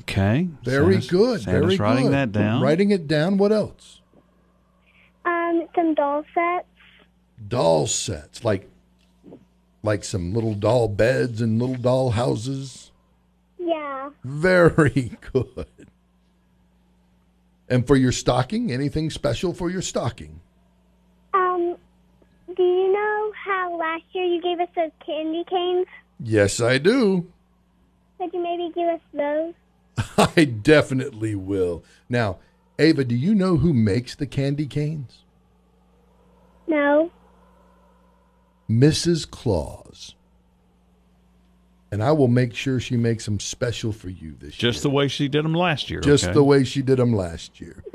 [SPEAKER 2] Okay.
[SPEAKER 3] Very
[SPEAKER 2] Santa's-
[SPEAKER 3] good.
[SPEAKER 2] Santa's
[SPEAKER 3] very
[SPEAKER 2] writing
[SPEAKER 3] good.
[SPEAKER 2] that down.
[SPEAKER 3] Writing it down. What else?
[SPEAKER 4] Um, some doll sets.
[SPEAKER 3] Doll sets, like like some little doll beds and little doll houses.
[SPEAKER 4] Yeah.
[SPEAKER 3] Very good. And for your stocking, anything special for your stocking?
[SPEAKER 4] Um, do you know how last year you gave us those candy canes?
[SPEAKER 3] Yes, I do.
[SPEAKER 4] Could you maybe give us those?
[SPEAKER 3] I definitely will. Now, Ava, do you know who makes the candy canes?
[SPEAKER 4] No.
[SPEAKER 3] Mrs. Claus. And I will make sure she makes them special for you this year.
[SPEAKER 2] Just the way she did them last year.
[SPEAKER 3] Just
[SPEAKER 2] okay?
[SPEAKER 3] the way she did them last year.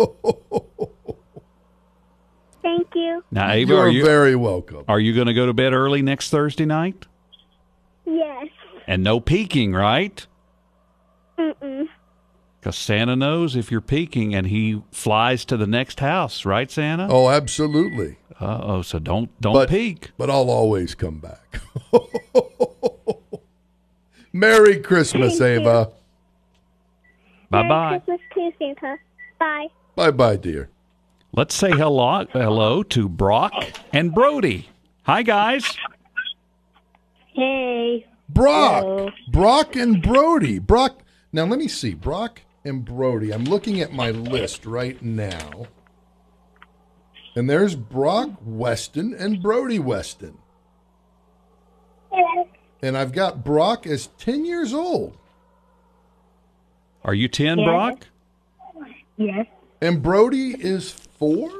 [SPEAKER 4] Thank you.
[SPEAKER 2] Now, Ava,
[SPEAKER 3] You're
[SPEAKER 2] are you
[SPEAKER 3] very welcome.
[SPEAKER 2] are you going to go to bed early next Thursday night?
[SPEAKER 4] Yes.
[SPEAKER 2] And no peeking, right?
[SPEAKER 4] Mm-mm.
[SPEAKER 2] Because Santa knows if you're peeking, and he flies to the next house, right, Santa?
[SPEAKER 3] Oh, absolutely.
[SPEAKER 2] Uh oh. So don't don't
[SPEAKER 3] But-
[SPEAKER 2] peek.
[SPEAKER 3] But I'll always come back. Merry Christmas,
[SPEAKER 4] Thank you.
[SPEAKER 3] Ava.
[SPEAKER 2] Bye bye.
[SPEAKER 4] Merry Christmas too, Santa. Bye.
[SPEAKER 3] Bye bye, dear.
[SPEAKER 2] Let's say hello hello to Brock and Brody. Hi guys.
[SPEAKER 9] Hey.
[SPEAKER 3] Brock. Brock and Brody. Brock. Now, let me see. Brock and Brody. I'm looking at my list right now. And there's Brock Weston and Brody Weston.
[SPEAKER 4] Hello.
[SPEAKER 3] And I've got Brock as 10 years old
[SPEAKER 2] Are you ten, Brock?
[SPEAKER 9] Yes.
[SPEAKER 3] and Brody is 4.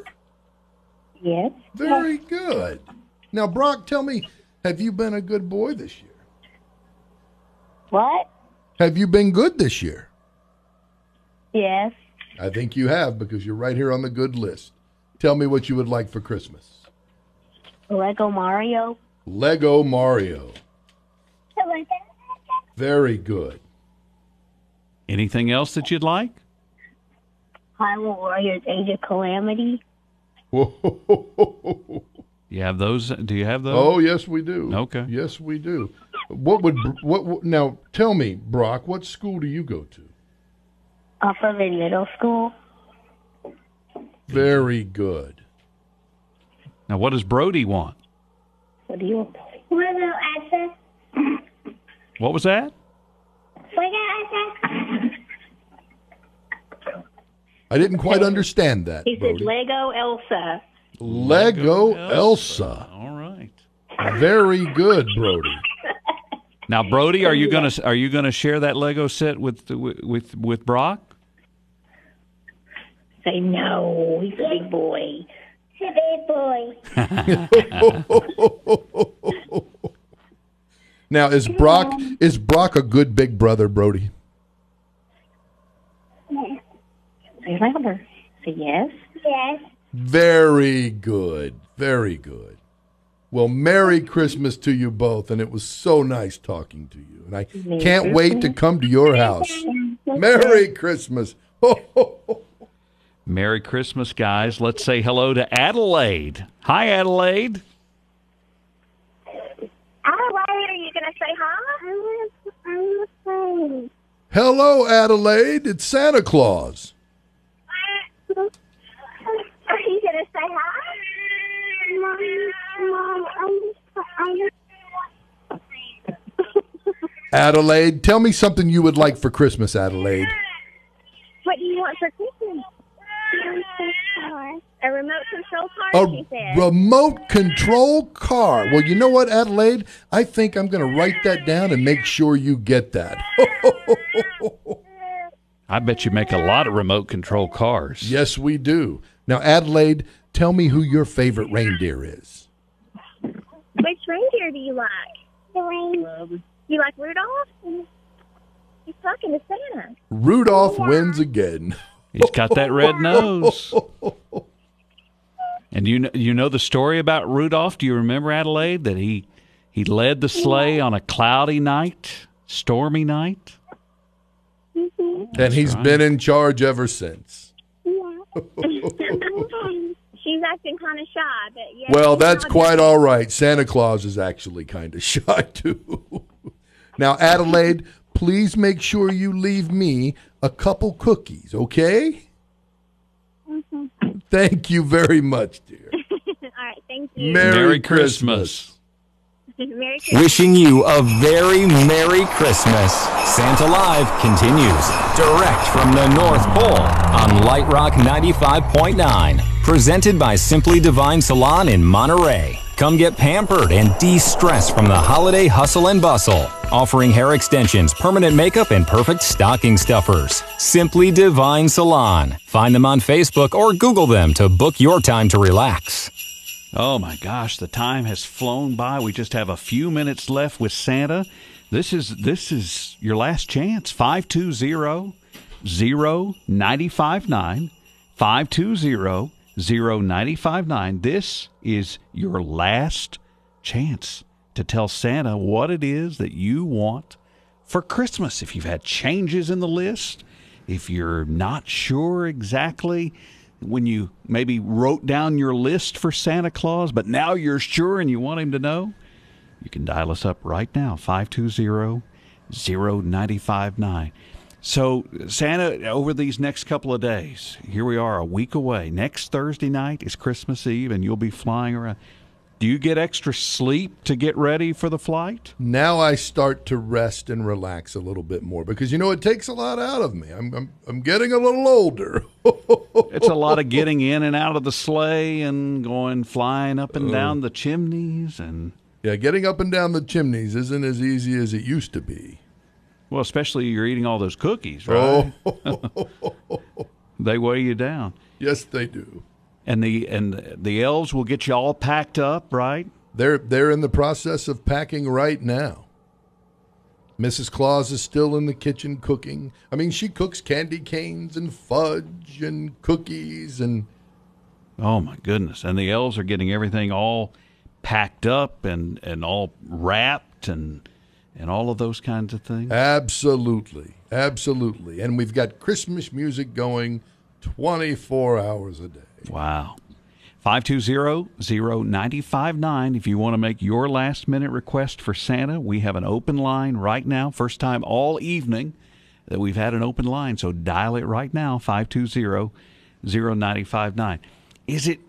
[SPEAKER 9] Yes.
[SPEAKER 3] Very good. Now, Brock, tell me, have you been a good boy this year?
[SPEAKER 9] What?
[SPEAKER 3] Have you been good this year?
[SPEAKER 9] Yes.
[SPEAKER 3] I think you have because you're right here on the good list. Tell me what you would like for Christmas.
[SPEAKER 9] Lego Mario.
[SPEAKER 3] Lego Mario. Very good.
[SPEAKER 2] Anything else that you'd like?
[SPEAKER 9] Hyrule Warriors Age of Calamity.
[SPEAKER 2] You have those? Do you have those?
[SPEAKER 3] Oh yes, we do.
[SPEAKER 2] Okay.
[SPEAKER 3] Yes, we do. What would what, what now? Tell me, Brock. What school do you go to?
[SPEAKER 9] Off of in middle school.
[SPEAKER 3] Very good.
[SPEAKER 2] Now, what does Brody want?
[SPEAKER 9] What do you want?
[SPEAKER 4] What about Asa?
[SPEAKER 2] What was that?
[SPEAKER 4] What about Asa?
[SPEAKER 3] I didn't quite understand that.
[SPEAKER 10] He said
[SPEAKER 3] Brody.
[SPEAKER 10] Lego Elsa.
[SPEAKER 3] Lego Elsa.
[SPEAKER 2] All right.
[SPEAKER 3] Very good, Brody.
[SPEAKER 2] Now, Brody, are you gonna are you gonna share that Lego set with with with Brock?
[SPEAKER 9] Say no. He's a big boy.
[SPEAKER 4] Hey, boy.
[SPEAKER 3] Now is Brock is Brock a good big brother, Brody?
[SPEAKER 9] Say louder. Say yes.
[SPEAKER 4] Yes.
[SPEAKER 3] Very good. Very good. Well, Merry Christmas to you both, and it was so nice talking to you. And I can't wait to come to your house. Merry Christmas.
[SPEAKER 2] Merry Christmas, guys. Let's say hello to Adelaide. Hi, Adelaide.
[SPEAKER 4] Adelaide, are you going to say hi? I'm afraid.
[SPEAKER 3] Hello, Adelaide. It's Santa Claus.
[SPEAKER 4] Are you going to say hi? Mom, Mom, I'm
[SPEAKER 3] Adelaide, tell me something you would like for Christmas, Adelaide.
[SPEAKER 4] What do you want for Christmas? A remote control car,
[SPEAKER 3] A
[SPEAKER 4] she said.
[SPEAKER 3] remote control car. Well, you know what, Adelaide? I think I'm going to write that down and make sure you get that.
[SPEAKER 2] I bet you make a lot of remote control cars.
[SPEAKER 3] yes, we do. Now, Adelaide, tell me who your favorite reindeer is.
[SPEAKER 4] Which reindeer do you like? The reindeer. Mm-hmm. You like Rudolph? He's talking to Santa.
[SPEAKER 3] Rudolph wins again.
[SPEAKER 2] He's got that red nose. And you know, you know the story about Rudolph. Do you remember Adelaide that he he led the sleigh on a cloudy night, stormy night?
[SPEAKER 3] and he's
[SPEAKER 2] right.
[SPEAKER 3] been in charge ever since.
[SPEAKER 4] She's acting kind of shy, but yeah.
[SPEAKER 3] Well,
[SPEAKER 4] she's
[SPEAKER 3] that's
[SPEAKER 4] not-
[SPEAKER 3] quite all right. Santa Claus is actually kind of shy, too. now, Adelaide, please make sure you leave me a couple cookies, okay? Thank you very much, dear.
[SPEAKER 4] All right, thank you.
[SPEAKER 3] Merry,
[SPEAKER 2] Merry Christmas.
[SPEAKER 3] Christmas.
[SPEAKER 4] Merry Christmas.
[SPEAKER 1] Wishing you a very Merry Christmas. Santa Live continues direct from the North Pole on Light Rock 95.9. Presented by Simply Divine Salon in Monterey. Come get pampered and de stress from the holiday hustle and bustle. Offering hair extensions, permanent makeup, and perfect stocking stuffers. Simply Divine Salon. Find them on Facebook or Google them to book your time to relax.
[SPEAKER 2] Oh my gosh, the time has flown by. We just have a few minutes left with Santa. This is this is your last chance. 520 0959 520 0959. This is your last chance to tell Santa what it is that you want for Christmas. If you've had changes in the list, if you're not sure exactly when you maybe wrote down your list for Santa Claus, but now you're sure and you want him to know, you can dial us up right now 520 0959. So, Santa, over these next couple of days, here we are a week away. Next Thursday night is Christmas Eve, and you'll be flying around. Do you get extra sleep to get ready for the flight?
[SPEAKER 3] Now I start to rest and relax a little bit more because you know it takes a lot out of me. I'm I'm, I'm getting a little older.
[SPEAKER 2] It's a lot of getting in and out of the sleigh and going flying up and down the chimneys and
[SPEAKER 3] yeah, getting up and down the chimneys isn't as easy as it used to be.
[SPEAKER 2] well, especially you're eating all those cookies, right?
[SPEAKER 3] Oh,
[SPEAKER 2] They weigh you down.
[SPEAKER 3] yes, they do.
[SPEAKER 2] And the and the elves will get you all packed up, right?
[SPEAKER 3] They're they're in the process of packing right now. Mrs. Claus is still in the kitchen cooking. I mean, she cooks candy canes and fudge and cookies and
[SPEAKER 2] Oh my goodness. And the elves are getting everything all packed up and, and all wrapped and and all of those kinds of things?
[SPEAKER 3] Absolutely. Absolutely. And we've got Christmas music going 24 hours a day.
[SPEAKER 2] Wow. 520-0959 if you want to make your last minute request for Santa. We have an open line right now. First time all evening that we've had an open line, so dial it right now 520-0959. Is it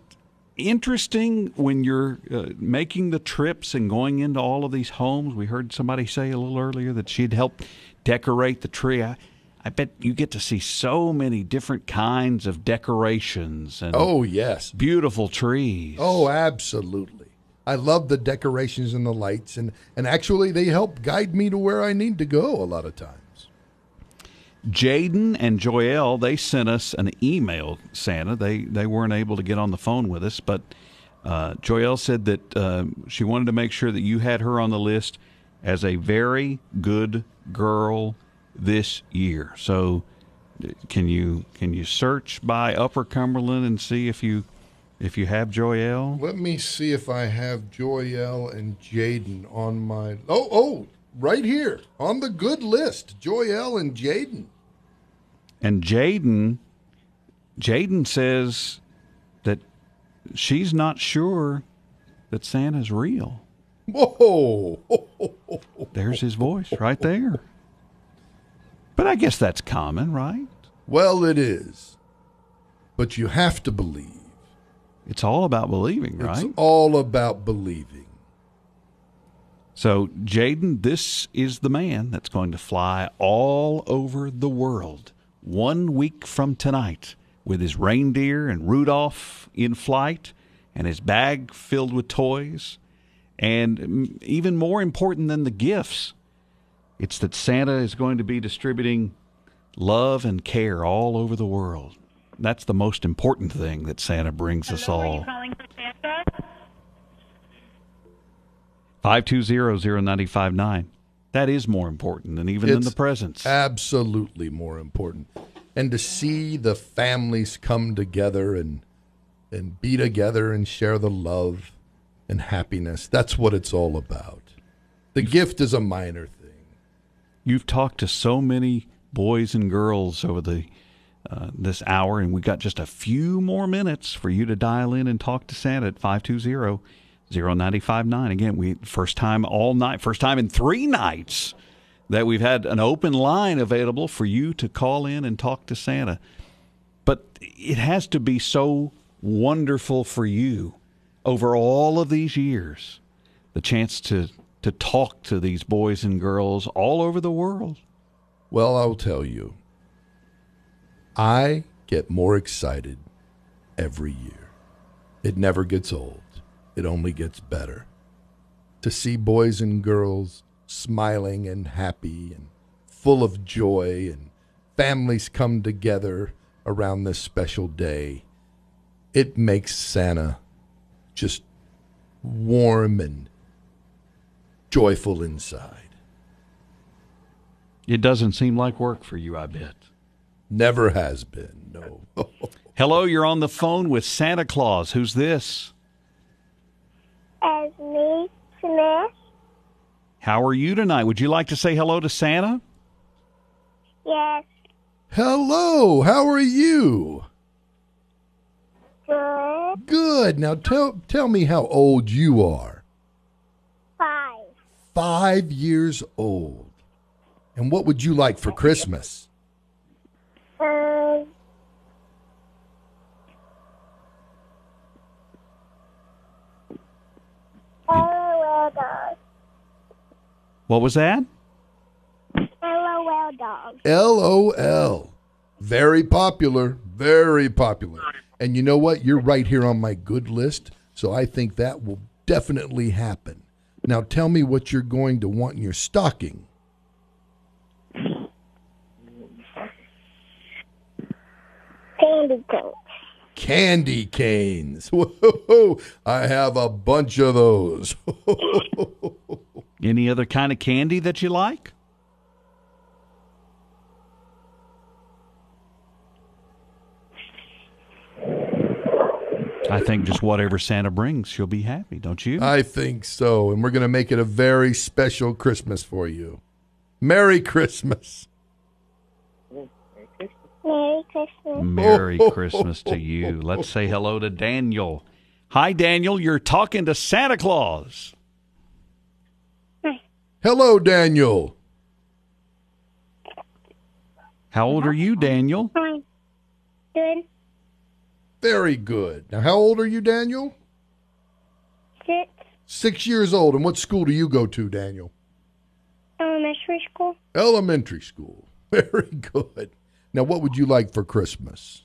[SPEAKER 2] interesting when you're uh, making the trips and going into all of these homes? We heard somebody say a little earlier that she'd helped decorate the tree. I, I bet you get to see so many different kinds of decorations and
[SPEAKER 3] Oh, yes.
[SPEAKER 2] beautiful trees.
[SPEAKER 3] Oh, absolutely. I love the decorations and the lights, and, and actually, they help guide me to where I need to go a lot of times.
[SPEAKER 2] Jaden and Joyelle, they sent us an email, Santa. They they weren't able to get on the phone with us, but uh, Joyelle said that uh, she wanted to make sure that you had her on the list as a very good girl this year. So, d- can you can you search by Upper Cumberland and see if you if you have Joyelle?
[SPEAKER 3] Let me see if I have Joyelle and Jaden on my. Oh, oh, right here on the good list Joyelle and Jaden.
[SPEAKER 2] And Jaden, Jaden says that she's not sure that Santa's real.
[SPEAKER 3] Whoa.
[SPEAKER 2] There's his voice right there. But I guess that's common, right?
[SPEAKER 3] Well, it is. But you have to believe.
[SPEAKER 2] It's all about believing, right?
[SPEAKER 3] It's all about believing.
[SPEAKER 2] so, Jaden, this is the man that's going to fly all over the world one week from tonight with his reindeer and Rudolph in flight and his bag filled with toys. And mm, even more important than the gifts, it's that Santa is going to be distributing love and care all over the world. That's the most important thing that Santa brings us all.
[SPEAKER 5] calling for Santa?
[SPEAKER 2] 520-0959. That is more important than even than
[SPEAKER 3] It's
[SPEAKER 2] the presents.
[SPEAKER 3] Absolutely more important. And to see the families come together and and be together and share the love and happiness. That's what it's all about. The gift is a minor thing.
[SPEAKER 2] You've talked to so many boys and girls over the uh, this hour, and we got just a few more minutes for you to dial in and talk to Santa at 520-0959. Again, we first time all night, first time in three nights that we've had an open line available for you to call in and talk to Santa. but it has to be so wonderful for you over all of these years the chance to to talk to these boys and girls all over the world
[SPEAKER 3] Well, I'll tell you. I get more excited every year. It never gets old. It only gets better. To see boys and girls smiling and happy and full of joy and families come together around this special day, it makes Santa just warm and joyful inside.
[SPEAKER 2] it doesn't seem like work for you i bet
[SPEAKER 3] Never has been. No.
[SPEAKER 2] hello you're on the phone with santa claus who's this
[SPEAKER 4] As me, Smith.
[SPEAKER 2] how are you tonight would you like to say hello to santa
[SPEAKER 4] Yes,
[SPEAKER 3] Hello, how are you?
[SPEAKER 4] good.
[SPEAKER 3] Good. Now tell tell me how old you are.
[SPEAKER 4] Five.
[SPEAKER 3] 5 years old. And what would you like for Christmas?
[SPEAKER 4] Um, LOL dog.
[SPEAKER 2] what was that
[SPEAKER 4] LOL dog.
[SPEAKER 3] LOL. Very popular, very popular. And you know what? You're right here on my good list, so I think that will definitely happen. Now tell me what you're going to want in your stocking.
[SPEAKER 4] Candy cane.
[SPEAKER 3] Candy canes. Whoa, I have a bunch of those.
[SPEAKER 2] any other kind of candy that you like I think just whatever Santa brings, she'll be happy, don't you?
[SPEAKER 3] I think so. And we're going to make it a very special Christmas for you. Merry Christmas.
[SPEAKER 4] Merry Christmas.
[SPEAKER 2] Merry Christmas to you. Let's say hello to Daniel. Hi, Daniel. You're talking to Santa Claus.
[SPEAKER 3] Hello, Daniel.
[SPEAKER 2] How old are you, Daniel?
[SPEAKER 4] Hi. Good.
[SPEAKER 3] Very good. Now, how old are you, Daniel?
[SPEAKER 4] Six.
[SPEAKER 3] Six years old. And what school do you go to, Daniel?
[SPEAKER 4] Elementary school.
[SPEAKER 3] Elementary school. Very good. Now, what would you like for Christmas?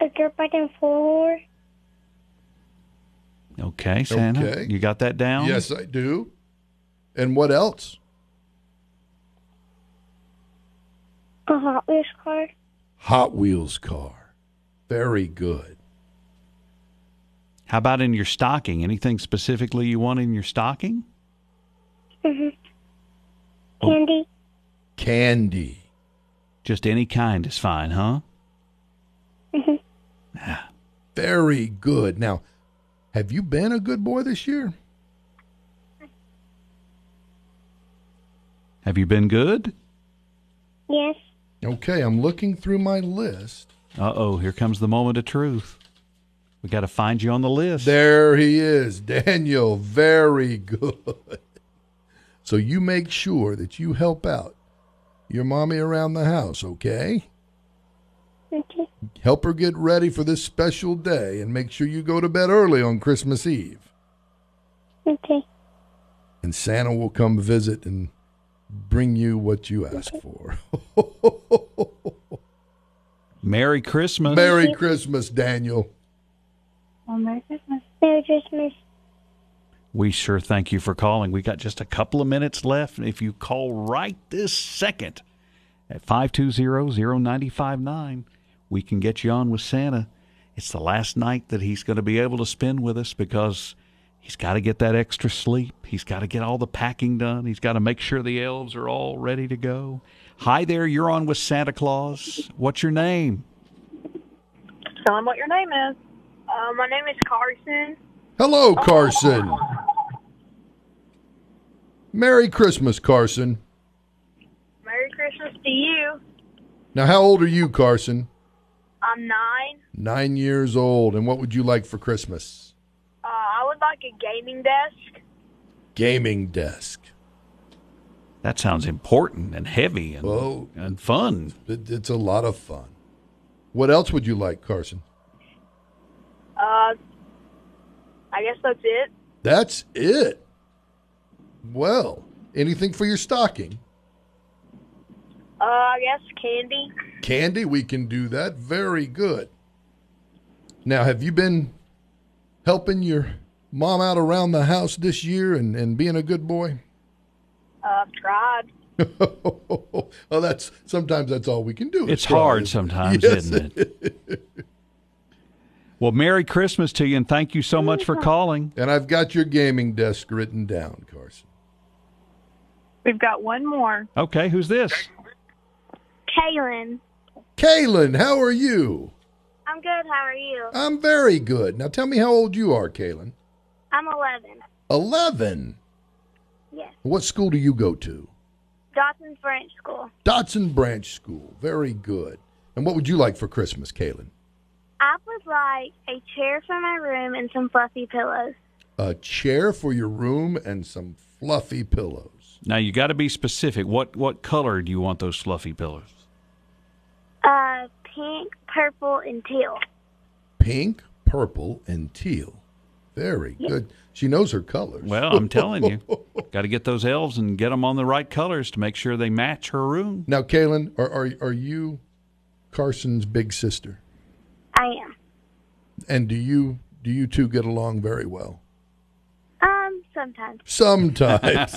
[SPEAKER 4] A dirt bike and four.
[SPEAKER 2] Okay, Santa.
[SPEAKER 3] Okay.
[SPEAKER 2] You got that down?
[SPEAKER 3] Yes, I do. And what else?
[SPEAKER 4] A Hot Wheels car.
[SPEAKER 3] Hot Wheels car. Very good.
[SPEAKER 2] How about in your stocking? Anything specifically you want in your stocking?
[SPEAKER 4] Mm-hmm. Candy.
[SPEAKER 3] Candy.
[SPEAKER 2] Just any kind is fine, huh?
[SPEAKER 3] Very good. Now, have you been a good boy this year?
[SPEAKER 2] Have you been good?
[SPEAKER 4] Yes.
[SPEAKER 3] Okay, I'm looking through my list.
[SPEAKER 2] Uh oh, here comes the moment of truth. We got to find you on the list.
[SPEAKER 3] There he is, Daniel. Very good. So you make sure that you help out your mommy around the house, okay?
[SPEAKER 4] Okay.
[SPEAKER 3] Help her get ready for this special day and make sure you go to bed early on Christmas Eve.
[SPEAKER 4] Okay.
[SPEAKER 3] And Santa will come visit and bring you what you ask for.
[SPEAKER 2] Merry Christmas.
[SPEAKER 3] Merry Christmas, Daniel.
[SPEAKER 9] Well, Merry Christmas.
[SPEAKER 4] Merry Christmas.
[SPEAKER 2] We sure thank you for calling. We got just a couple of minutes left. If you call right this second at 520-0959, we can get you on with Santa. It's the last night that he's going to be able to spend with us because he's got to get that extra sleep. He's got to get all the packing done. He's got to make sure the elves are all ready to go. Hi there, you're on with Santa Claus. What's your name?
[SPEAKER 5] Tell him what your name is. Uh, my name is Carson.
[SPEAKER 3] Hello, Carson. Merry Christmas, Carson.
[SPEAKER 5] Merry Christmas to you.
[SPEAKER 3] Now, how old are you, Carson?
[SPEAKER 5] I'm nine.
[SPEAKER 3] Nine years old. And what would you like for Christmas?
[SPEAKER 5] Uh, I would like a gaming desk.
[SPEAKER 3] Gaming desk.
[SPEAKER 2] That sounds important and heavy and,
[SPEAKER 3] Whoa.
[SPEAKER 2] and fun.
[SPEAKER 3] It, it's a lot of fun. What else would you like, Carson?
[SPEAKER 5] Uh, I guess that's it.
[SPEAKER 3] That's it. Well, anything for your stocking?
[SPEAKER 5] Uh, I guess candy.
[SPEAKER 3] Candy, we can do that. Very good. Now, have you been helping your mom out around the house this year and, and being a good boy?
[SPEAKER 5] Uh, I've tried.
[SPEAKER 3] well, that's sometimes that's all we can do. is
[SPEAKER 2] It's
[SPEAKER 3] try,
[SPEAKER 2] hard
[SPEAKER 3] isn't it?
[SPEAKER 2] sometimes,
[SPEAKER 3] Yes,
[SPEAKER 2] isn't it? well, Merry Christmas to you and thank you so much for calling.
[SPEAKER 3] And I've got your gaming desk written down, Carson.
[SPEAKER 5] We've got one more.
[SPEAKER 2] Okay, who's this?
[SPEAKER 4] Kaylin.
[SPEAKER 3] Kaylin, how are you?
[SPEAKER 4] I'm good. How are you?
[SPEAKER 3] I'm very good. Now tell me how old you are, Kaylin.
[SPEAKER 4] I'm 11.
[SPEAKER 3] Eleven.
[SPEAKER 4] Yes.
[SPEAKER 3] What school do you go to?
[SPEAKER 4] Dawson French School.
[SPEAKER 3] Dotson Branch School. Very good. And what would you like for Christmas, Kaylin?
[SPEAKER 4] I would like a chair for my room and some fluffy pillows.
[SPEAKER 3] A chair for your room and some fluffy pillows.
[SPEAKER 2] Now you got to be specific. What what color do you want those fluffy pillows?
[SPEAKER 4] Uh, pink, purple, and teal.
[SPEAKER 3] Pink, purple, and teal. Very good. She knows her colors.
[SPEAKER 2] Well, I'm telling you, got to get those elves and get them on the right colors to make sure they match her room.
[SPEAKER 3] Now, Kaylin, are, are are you Carson's big sister?
[SPEAKER 4] I am.
[SPEAKER 3] And do you do you two get along very well?
[SPEAKER 4] Um, sometimes.
[SPEAKER 3] Sometimes.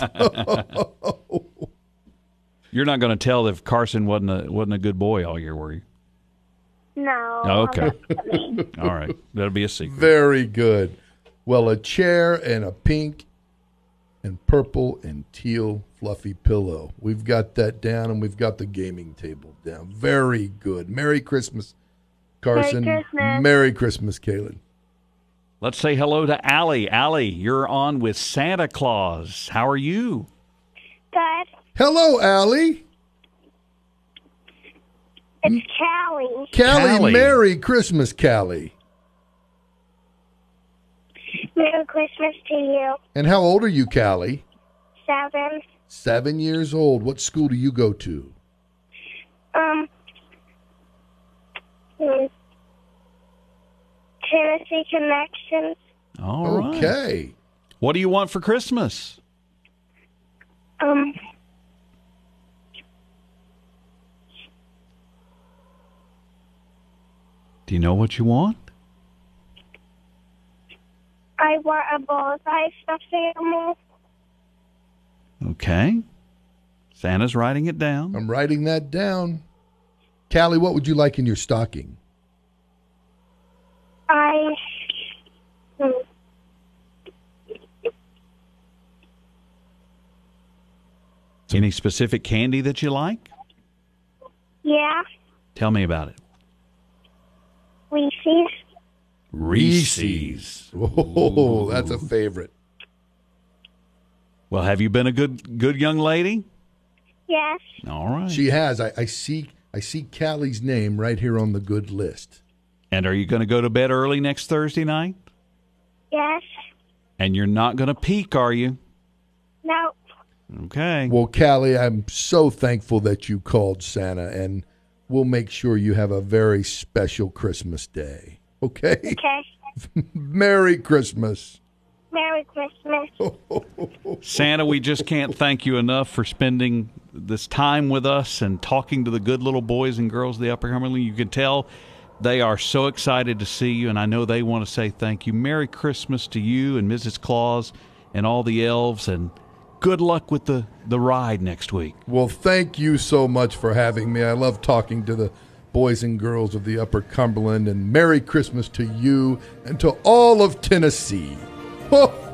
[SPEAKER 2] You're not going to tell if Carson wasn't a wasn't a good boy all year, were you?
[SPEAKER 4] No.
[SPEAKER 2] Oh, okay.
[SPEAKER 4] I'm not mean.
[SPEAKER 2] All right, that'll be a secret.
[SPEAKER 3] very good. Well, a chair and a pink and purple and teal fluffy pillow. We've got that down and we've got the gaming table down. Very good. Merry Christmas, Carson.
[SPEAKER 4] Christmas.
[SPEAKER 3] Merry Christmas, Kaylin.
[SPEAKER 2] Let's say hello to Allie. Allie, you're on with Santa Claus. How are you?
[SPEAKER 4] Good.
[SPEAKER 3] Hello, Allie.
[SPEAKER 4] It's Callie.
[SPEAKER 3] Callie,
[SPEAKER 2] Callie.
[SPEAKER 3] Merry Christmas, Callie.
[SPEAKER 4] Merry Christmas to you,
[SPEAKER 3] And how old are you, Callie?
[SPEAKER 4] Seven.
[SPEAKER 3] Seven years old. What school do you go to?
[SPEAKER 4] Um, hmm, Tennessee Connections.
[SPEAKER 2] All right.
[SPEAKER 3] okay.
[SPEAKER 2] What do you want for Christmas?
[SPEAKER 4] Um,
[SPEAKER 2] Do you know what you want?
[SPEAKER 4] I want a bullseye stuffed animal.
[SPEAKER 2] Okay. Santa's writing it down.
[SPEAKER 3] I'm writing that down. Callie, what would you like in your stocking?
[SPEAKER 4] I. hmm,
[SPEAKER 2] Any specific candy that you like?
[SPEAKER 4] Yeah,
[SPEAKER 2] Tell me about it.
[SPEAKER 4] Reese's.
[SPEAKER 2] Reese's.
[SPEAKER 3] Oh, that's a favorite.
[SPEAKER 2] Well, have you been a good good young lady?
[SPEAKER 4] Yes.
[SPEAKER 2] All right.
[SPEAKER 3] She has. I, I see. I see Callie's name right here on the good list.
[SPEAKER 2] and are you going to go to bed early next Thursday night?
[SPEAKER 4] Yes.
[SPEAKER 2] And you're not going to peek, are you?
[SPEAKER 4] No.
[SPEAKER 2] Okay.
[SPEAKER 3] Well, Callie, I'm so thankful that you called Santa, and we'll make sure you have a very special Christmas day. Okay.
[SPEAKER 4] Okay.
[SPEAKER 3] Merry Christmas.
[SPEAKER 4] Merry Christmas.
[SPEAKER 2] Santa, we just can't thank you enough for spending this time with us and talking to the good little boys and girls of the Upper Cumberland. You can tell they are so excited to see you, and I know they want to say thank you. Merry Christmas to you and Mrs. Claus and all the elves, and good luck with the, the ride next week.
[SPEAKER 3] Well, thank you so much for having me. I love talking to the boys and girls of the Upper Cumberland, and Merry Christmas to you and to all of Tennessee. Ho,